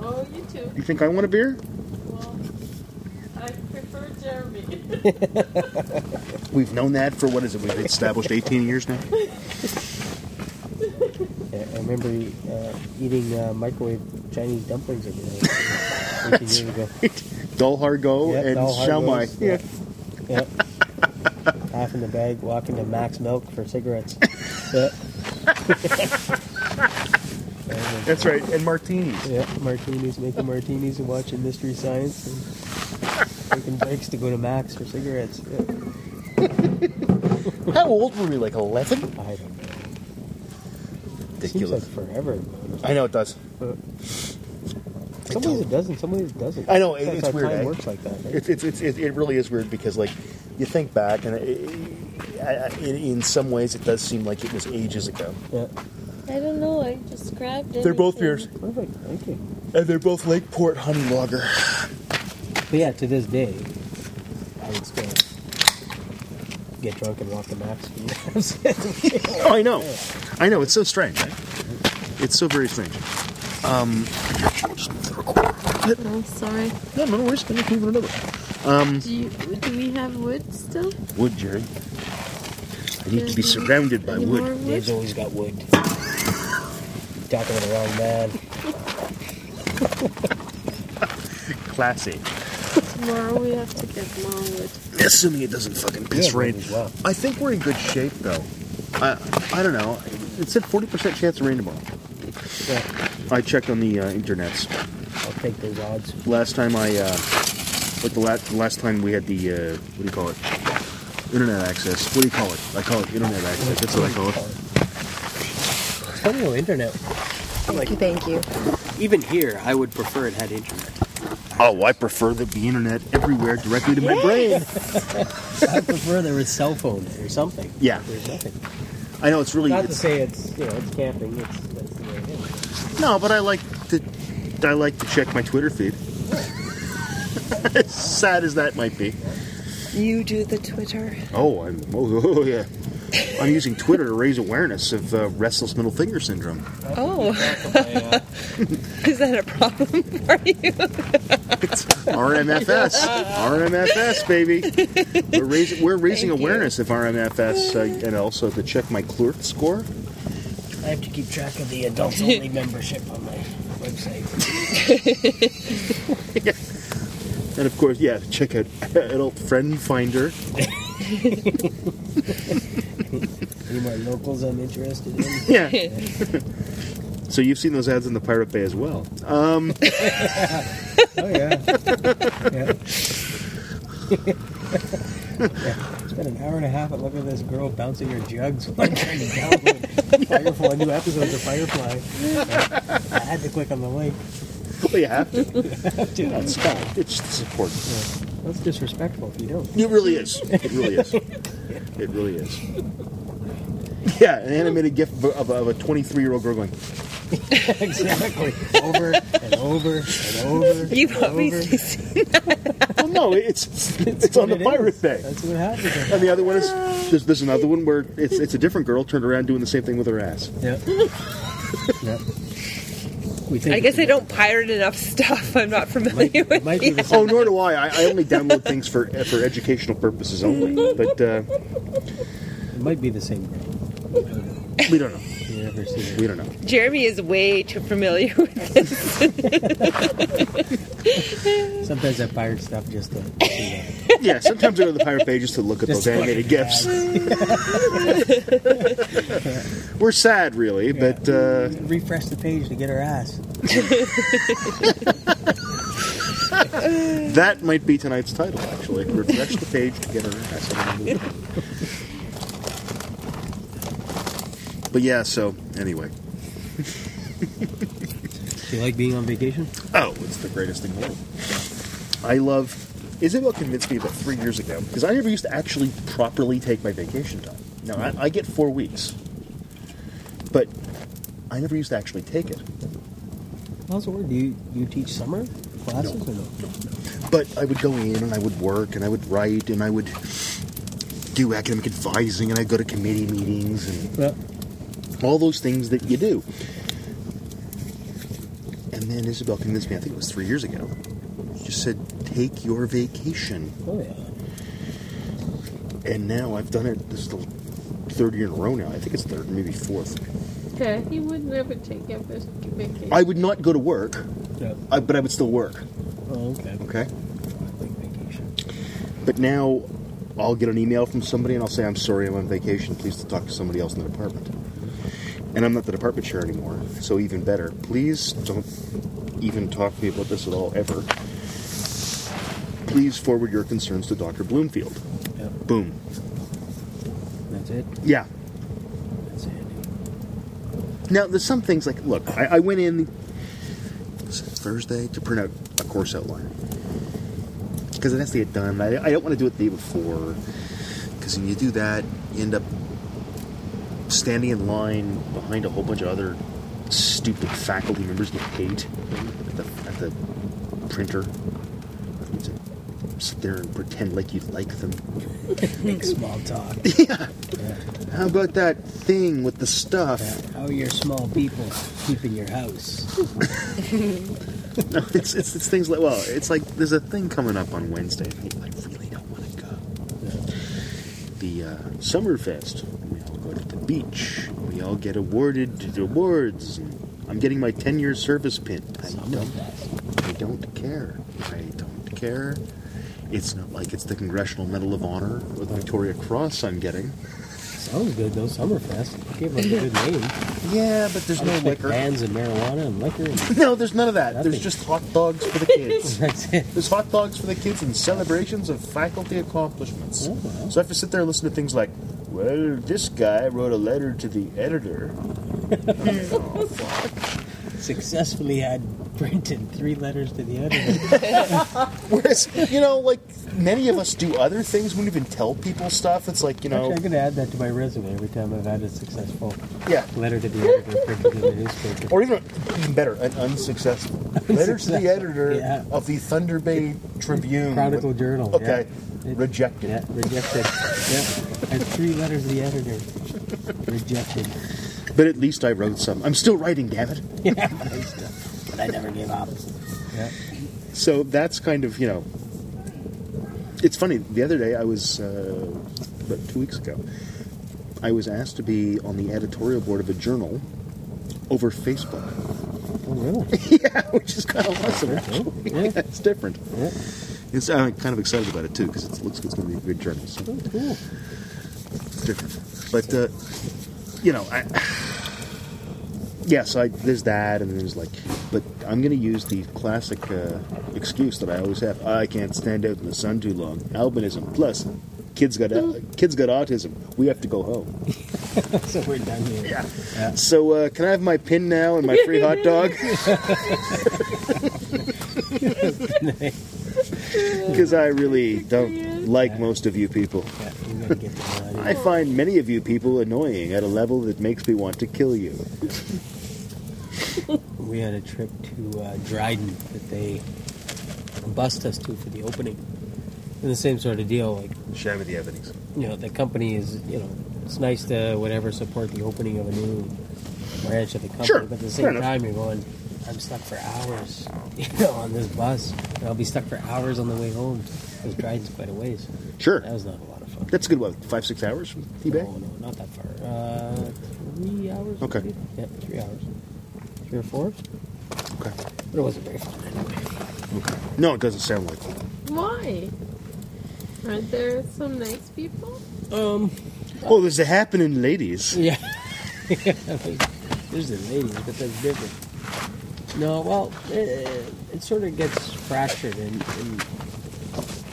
S1: Oh, you too.
S2: You think I want a beer?
S1: Well, I prefer Jeremy.
S2: We've known that for what is it? We've established 18 years now.
S3: Yeah, I remember uh, eating uh, microwave Chinese dumplings every night. Fifteen years ago.
S2: Dal Hargo
S3: Yep,
S2: Oh, and
S3: Dal
S2: Xiaomai.
S3: Hargos,
S2: Yeah.
S3: yep. Yep. Half in the bag, walking to Max Milk for cigarettes. Yep.
S2: That's right. And martinis.
S3: Yep, martinis, making martinis and watching Mystery Science and taking breaks to go to Max for cigarettes. Yep.
S2: How old were we? Like 11?
S3: I don't know. Seems like
S2: Ridiculous.
S3: forever.
S2: I know it does.
S3: Some ways it doesn't, some ways it doesn't.
S2: I know, it-
S3: That's
S2: it's
S3: how
S2: weird,
S3: Time
S2: eh?
S3: works like that. Right?
S2: It's it's, it's it, it really is weird because like you think back and it, I, I, in, in some ways it does seem like it was ages ago.
S3: Yeah.
S1: I don't know. I just grabbed it.
S2: They're both beers,
S3: Perfect. Thank you.
S2: and they're both Lakeport Honey Lager.
S3: But yeah, to this day, I would still get drunk and walk to Max.
S2: Oh, I know, I know. It's so strange. It's so very strange.
S1: Oh, sorry.
S2: No, no worries. Can you move it over?
S1: Do you, do we have wood still?
S2: Wood, Jerry. I need to be
S1: There's no-
S2: surrounded by
S1: Any more
S2: Uh, wood.
S1: wood?
S3: Dave's always got wood. Talking to the wrong man.
S2: Classy.
S1: Tomorrow we have to get more wood.
S2: Assuming it doesn't fucking
S3: You
S2: piss
S3: have wood
S2: rain.
S3: as well.
S2: I think we're in good shape though. I I don't know. It said 40% chance of rain tomorrow.
S3: Yeah,
S2: I checked on the uh, internets.
S3: I'll take those odds.
S2: last time I, uh, like the last, last time we had the, uh, what do you call it? Internet access. What do you call it? I call it internet access. That's what I call it.
S3: Tell me no internet.
S4: Thank you, thank you.
S3: Even here, I would prefer it had internet.
S2: Oh, I prefer the, the internet everywhere directly to my brain.
S3: I prefer there was cell phone or something.
S2: Yeah.
S3: There's nothing.
S2: I know it's really,
S3: Not to
S2: it's-
S3: say it's you know it's camping. It's that's the way it is.
S2: no, but I like to, I like to check my Twitter feed. as sad as that might be.
S4: You do the Twitter.
S2: Oh, I'm, oh, oh yeah. I'm using Twitter to raise awareness of uh, restless middle finger syndrome.
S4: Oh,
S3: uh,
S6: Yeah.
S4: is that a problem for you?
S2: It's RMFS, RMFS, baby. We're raising we're raising
S4: Thank you.
S2: awareness of RMFS, uh, and also to check my Clurt score.
S3: I have to keep track of the adults only membership on my website.
S2: And of course, yeah, check out Adult Friend Finder.
S3: Any more locals I'm interested in?
S2: Yeah. so you've seen those ads in the Pirate Bay as well. Um,
S3: Oh yeah. yeah. It's been an hour and a half at looking at this girl bouncing her jugs while I'm trying to download Firefly new episodes of Firefly. I had to click on the link.
S2: well, you have to.
S3: Dude,
S2: It's, it's the support.
S3: that's disrespectful if you don't.
S2: It really is. It really is. It really is. Yeah, an animated gif of a- of a- of a 23 year old girl going,
S3: exactly. Over and over and over.
S4: You've
S3: and
S4: obviously
S3: over.
S4: seen
S2: oh no, it's it's, it's on the
S3: what it
S2: Pirate
S3: is.
S2: Bay.
S3: That's what happens.
S2: And the other one is there's, there's another one where it's it's a different girl turned around doing the same thing with her ass.
S3: Yeah. yeah. We think
S4: I guess I don't pirate enough stuff. I'm not familiar
S3: Might-
S4: with
S3: might be
S4: the-
S3: the
S2: Oh, nor do I. I, I only download things for for educational purposes only. But uh,
S3: It might be the same girl.
S2: we don't know.
S3: You never see her.
S2: We don't know.
S4: Jeremy is way too familiar with this.
S3: Sometimes I pirate stuff just to. You know,
S2: Yeah, sometimes I go to the pirate page just to look at
S3: Just
S2: those
S3: to look
S2: animated
S3: at
S2: gifs. We're sad, really, but uh,
S3: refresh the page to get her ass.
S2: that might be tonight's title. Actually, refresh the page to get our ass. out of the movie. But yeah, so anyway,
S3: Do you like being on vacation?
S2: Oh, it's the greatest thing in the world. I love. Isabel convinced me about three years ago because I never used to actually properly take my vacation time. Now I, I get four weeks, but I never used to actually take it.
S3: How's it work? Do you, you teach summer classes or no?
S2: But I would go in and I would work and I would write and I would do academic advising and I'd go to committee meetings and
S3: Well,
S2: all those things that you do. And then Isabel convinced me. I think it was three years ago. Just said, take your vacation.
S3: oh yeah.
S2: And now I've done it. This is the third year in a row now. I think it's third, maybe fourth.
S1: Yeah, he would never take a vac- vacation.
S2: I would not go to work,
S3: Yeah.
S2: I, but I would still work.
S3: Oh okay.
S2: Okay.
S3: I like vacation.
S2: But now I'll get an email from somebody and I'll say, I'm sorry, I'm on vacation. Please talk to somebody else in the department. And I'm not the department chair anymore. So even better. Please don't even talk to me about this at all, ever. Please forward your concerns to Dr. Bloomfield.
S3: Yeah.
S2: Boom.
S3: That's it.
S2: Yeah.
S3: That's it.
S2: Now, there's some things like, look, I, I went in was it Thursday to print out a course outline because it has to get done. I, I don't want to do it the day before because when you do that, you end up standing in line behind a whole bunch of other stupid faculty members you hate at the, at the printer. You have to sit there and pretend like you like them.
S3: Make small talk.
S2: How about that thing with the stuff?
S3: Yeah. uh, How are your small people keeping your house?
S2: No, it's, it's it's things like well, it's like there's a thing coming up on Wednesday. and I really don't want to go. The uh, summer fest. We all go to the beach. We all get awarded the awards. And I'm getting my 10 year service pin. I don't. I don't care. I don't care. It's not like it's the Congressional Medal of Honor or the Victoria Cross I'm getting.
S3: Sounds good though. Summerfest. Give them a good name.
S2: Yeah, but there's
S3: I expect Bands and marijuana and liquor. And
S2: No, there's none of that. There's
S3: Nothing.
S2: just hot dogs for the kids.
S3: that's it.
S2: There's hot dogs for the kids and celebrations of faculty accomplishments.
S3: Oh, wow.
S2: So I have to sit there and listen to things like, well, this guy wrote a letter to the editor. oh, fuck.
S3: Successfully had printed three letters to the editor.
S2: Whereas, you know, like many of us do other things, we don't even tell people stuff. It's like, you know,
S3: Actually, I'm going to add that to my resume every time I've had a successful
S2: yeah.
S3: letter to the editor printed in the newspaper.
S2: Or even, even better, an unsuccessful letter to the
S3: Unsuccessful,
S2: editor
S3: yeah.
S2: of the Thunder Bay Tribune.
S3: Chronicle Journal.
S2: Okay,
S3: Yeah. It-
S2: rejected.
S3: Yeah, rejected. yeah. had three letters of the editor rejected.
S2: But at least I wrote some. I'm still writing, damn it.
S3: Yeah, but I, still, but I never gave up. Yeah.
S2: So that's kind of, you know. It's funny, the other day I was, uh, about two weeks ago, I was asked to be on the editorial board of a journal over Facebook,
S3: Oh, really?
S2: which is kind of awesome. actually.
S3: Yeah.
S2: That's different.
S3: Yeah.
S2: It's, I'm kind of excited about it too because it looks like it's going to be a good journal. So.
S3: Cool.
S2: different. But uh, you know, I, yeah. So I, there's that, and there's like, but I'm gonna use the classic uh, excuse that I always have: I can't stand out in the sun too long. Albinism. Plus, kids got au- kids got autism. We have to go home.
S3: So we're done here. Yeah.
S2: So uh, can I have my pin now and my free hot dog? Because I really don't like most of you people.
S3: we're gonna get the hell out of
S2: I find many of you people annoying at a level that makes me want to kill you.
S3: here. We had a trip to uh, Dryden that they bussed us to for the opening. And the same sort of deal, like
S2: Share with the Evanies.
S3: you know, the company is, you know, it's nice to whatever support the opening of a new branch of the company,
S2: Sure,
S3: but at
S2: fair
S3: the same
S2: enough.
S3: time, you're going, I'm stuck for hours, you know, on this bus. And I'll be stuck for hours on the way home because Dryden's quite a ways.
S2: Sure.
S3: That was not a lot of fun.
S2: That's a good, what, five, six hours from
S3: no,
S2: eBay?
S3: no, not that far. Uh, three hours.
S2: Okay.
S3: maybe? Yeah, three hours. Three or four?
S2: Okay.
S3: But it wasn't very fun anyway.
S2: No, it doesn't sound like it.
S1: Why? Aren't there some nice people?
S3: Um,
S2: Oh, there's a happening, ladies.
S3: Yeah. There's the ladies, but that's different. No, well, it, it sort of gets fractured in, in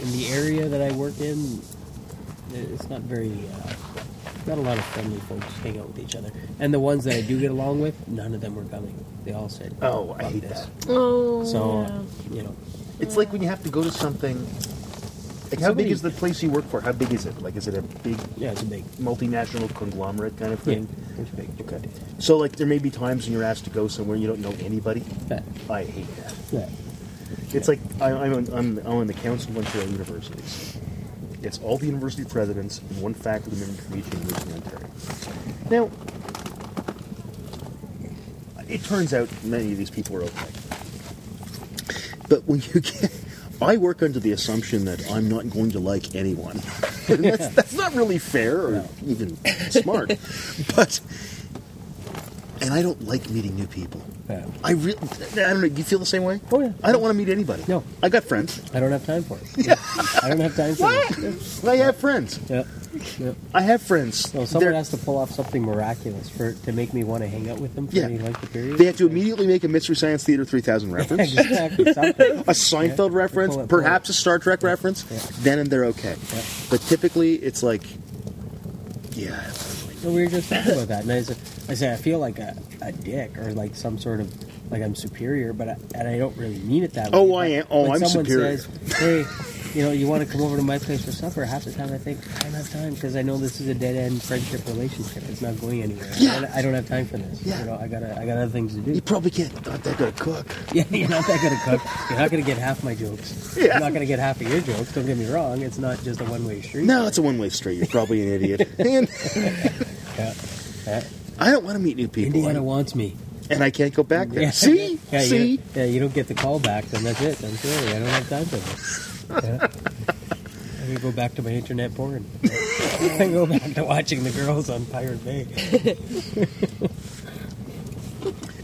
S3: in the area that I work in. It's not very, uh, not a lot of friendly folks hang out with each other. And the ones that I do get along with, none of them were coming. They all said,
S2: Oh, I
S3: "Fuck
S2: hate
S3: this."
S1: Oh,
S3: So, uh,
S1: yeah.
S3: you know,
S2: It's like when you have to go to something. Like, how big is the place you work for? How big is it? Like, is it a big
S3: yeah, it's a big,
S2: multinational conglomerate kind of thing?
S3: yeah, it's big.
S2: Hmm. Okay. So, like, there may be times when you're asked to go somewhere you don't know anybody.
S3: Yeah,
S2: I hate that.
S3: yeah.
S2: It's like I, I'm, on, I'm, I'm on the Council of Ontario Universities. It's all the university presidents and one faculty member from each university in Ontario. Now, it turns out many of these people are okay. But when you get, I work under the assumption that I'm not going to like anyone. And that's, that's not really fair or even smart. but, and I don't like meeting new people.
S3: Yeah.
S2: I really, I don't know. Do you feel the same way?
S3: Oh, yeah.
S2: I don't want to meet anybody.
S3: No.
S2: I got friends.
S3: I don't have time for it. I don't have time for it.
S2: I have friends.
S3: Yeah. yeah.
S2: I have friends.
S3: So someone
S2: They're-
S3: has to pull off something miraculous for to make me want to hang out with them for
S2: Yeah.
S3: any length of period.
S2: They have to immediately make a Mystery Science Theater 3000 reference,
S3: exactly something.
S2: a Seinfeld
S3: Yeah.
S2: reference,
S3: Pull it, pull
S2: perhaps a Star Trek reference.
S3: Yeah.
S2: Then and they're okay.
S3: Yeah.
S2: But typically, it's like, yeah, I don't really
S3: So we were just talking about that, and I said, I said I feel like a, a dick or like some sort of like I'm superior, but I, and I don't really mean it that way.
S2: Oh, I am- oh,
S3: when
S2: I'm
S3: someone
S2: superior.
S3: Says, hey, you know, you want to come over to my place for supper? Half the time I think I don't have time because I know this is a dead end friendship relationship. It's not going anywhere. I, don't, I don't have time for this.
S2: Yeah.
S3: You know, I got I got other things to do.
S2: You probably can't. Not that good a cook.
S3: Yeah, you're not that good at cook. You're not going to get half my jokes.
S2: Yeah.
S3: You're not going to get half of your jokes. Don't get me wrong. It's not just a one-way street.
S2: No, it's a one-way street. You're probably an idiot. and
S3: Yeah. Yeah.
S2: I don't want to meet new people,
S3: Indiana wants me.
S2: and I can't go back there.
S3: Yeah.
S2: See,
S3: Yeah, you-
S2: see,
S3: yeah, you don't get the call back, then that's it. I'm sorry. I don't have time for this. Yeah. I'm going to go back to my internet porn. I'm going to go back to watching the girls on Pirate Bay.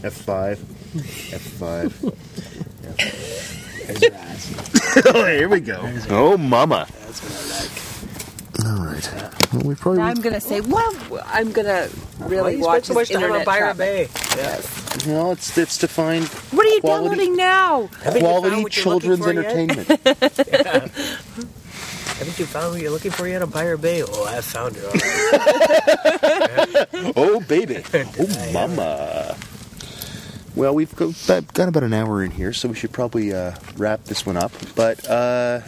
S2: F five, F five.
S3: There's your ass.
S2: Oh, here we go. Oh, mama. That's what I like. All right. Well, we probably.
S4: Now I'm gonna say, well, I'm gonna really watch this internet traffic.
S3: Bay?
S2: No, it's it's to find
S4: What are you
S2: Quality-
S4: downloading now?
S3: you found
S2: quality
S3: what you're
S2: children's
S3: looking for yet?
S2: entertainment.
S3: Haven't you found what you're looking for yet on Pirate Bay? Oh, I found it.
S2: oh, baby. Oh, mama. Well, we've go- about- got about an hour in here, so we should probably uh, wrap this one up. But uh,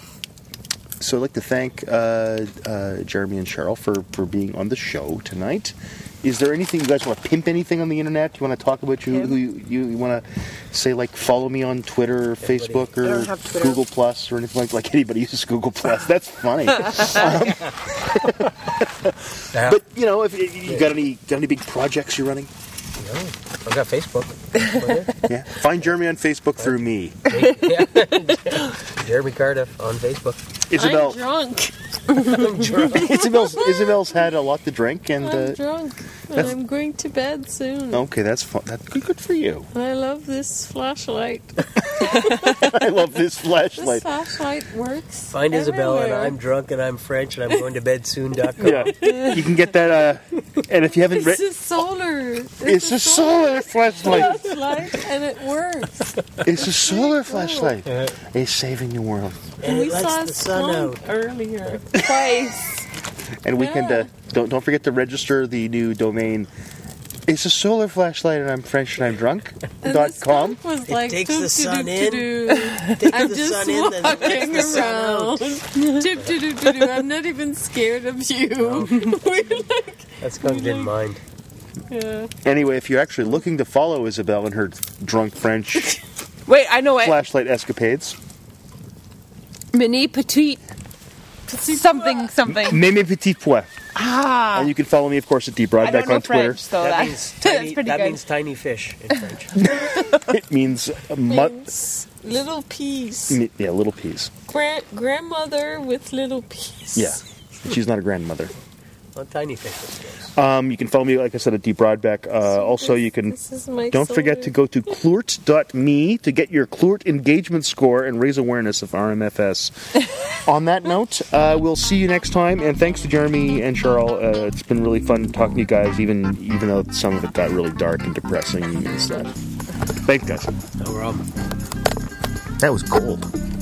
S2: so I'd like to thank uh, uh, Jeremy and Cheryl for, for being on the show tonight. Is there anything you guys want to pimp anything on the internet? Do you want to talk about you?
S4: Pimp?
S2: Who you, you, you want to say like follow me on Twitter, or Facebook,
S4: I
S2: or
S4: don't have Twitter.
S2: Google Plus, or anything like like anybody uses Google Plus? That's funny.
S6: Yeah.
S2: but you know, if if you got any got any big projects you're running,
S6: I got Facebook.
S2: yeah, find Jeremy on Facebook through me.
S6: Yeah. Jeremy Cardiff on Facebook.
S1: I'm
S2: Isabel
S1: drunk.
S6: I'm drunk.
S2: Isabel's Isabel's had a lot to drink and.
S1: I'm
S2: Uh,
S1: drunk. And
S2: that's-
S1: I'm going to bed soon.
S2: Okay, that's fun. That good, good for you.
S1: I love this flashlight.
S2: I love this
S1: This
S2: flashlight.
S1: flashlight works.
S6: Find Isabel and
S1: everywhere.
S6: I'm drunk and I'm French and I'm going to bed soon.com.
S2: Yeah, you can get that. Uh, and if you haven't read,
S1: It's a solar. It's,
S2: it's a solar flashlight.
S1: flashlight, and it works.
S2: It's a solar flashlight. It's saving the world,
S6: And
S1: we
S6: it lets
S1: saw
S6: the
S1: us
S6: sun out.
S1: earlier twice.
S2: and we can uh, don't don't forget to register the new domain. It's a solar flashlight, and I'm French and I'm drunk.
S1: And
S2: dot
S1: this
S2: com.
S1: skunk was like,
S6: takes the
S1: doop,
S6: sun
S1: doop, doop, doop.
S6: Take
S1: I'm
S6: the
S1: just
S6: sun in, then it lets
S1: walking
S6: the sun out.
S1: around. Dip, doo, doo, doo, doo. I'm not even scared of you. We're like,
S6: That's come in mind.
S1: yeah.
S2: Anyway, if you're actually looking to follow Isabel and her drunk French
S4: Wait, I know it.
S2: flashlight escapades,
S4: Mini petite. Something, something.
S2: Meme Petit Pois,
S4: Ah,
S2: and you can follow me, of course, at D
S4: I don't
S2: Broadbeck
S4: know
S2: on Twitter.
S4: French, so
S6: That
S4: that,
S6: means
S4: that's
S6: tiny,
S4: pretty
S6: that
S4: good.
S6: means tiny fish in French.
S2: It means a month.
S1: Thanks. Little peas.
S2: Yeah, little peas.
S1: Gra- grandmother with little peas.
S2: Yeah. She's not a grandmother.
S6: well, tiny fish. is good.
S2: Um, you can follow me, like I said, at Deep Broadbeck. Uh, also, you can.
S1: This is my
S2: Don't forget to go
S1: solar-
S2: to clort.me to get your clort engagement score and raise awareness of RMFS. On that note, uh, we'll see you next time. And thanks to Jeremy and Charles. Uh, it's been really fun talking to you guys, even even though some of it got really dark and depressing and stuff. Thanks, guys.
S6: No problem.
S2: That was cold.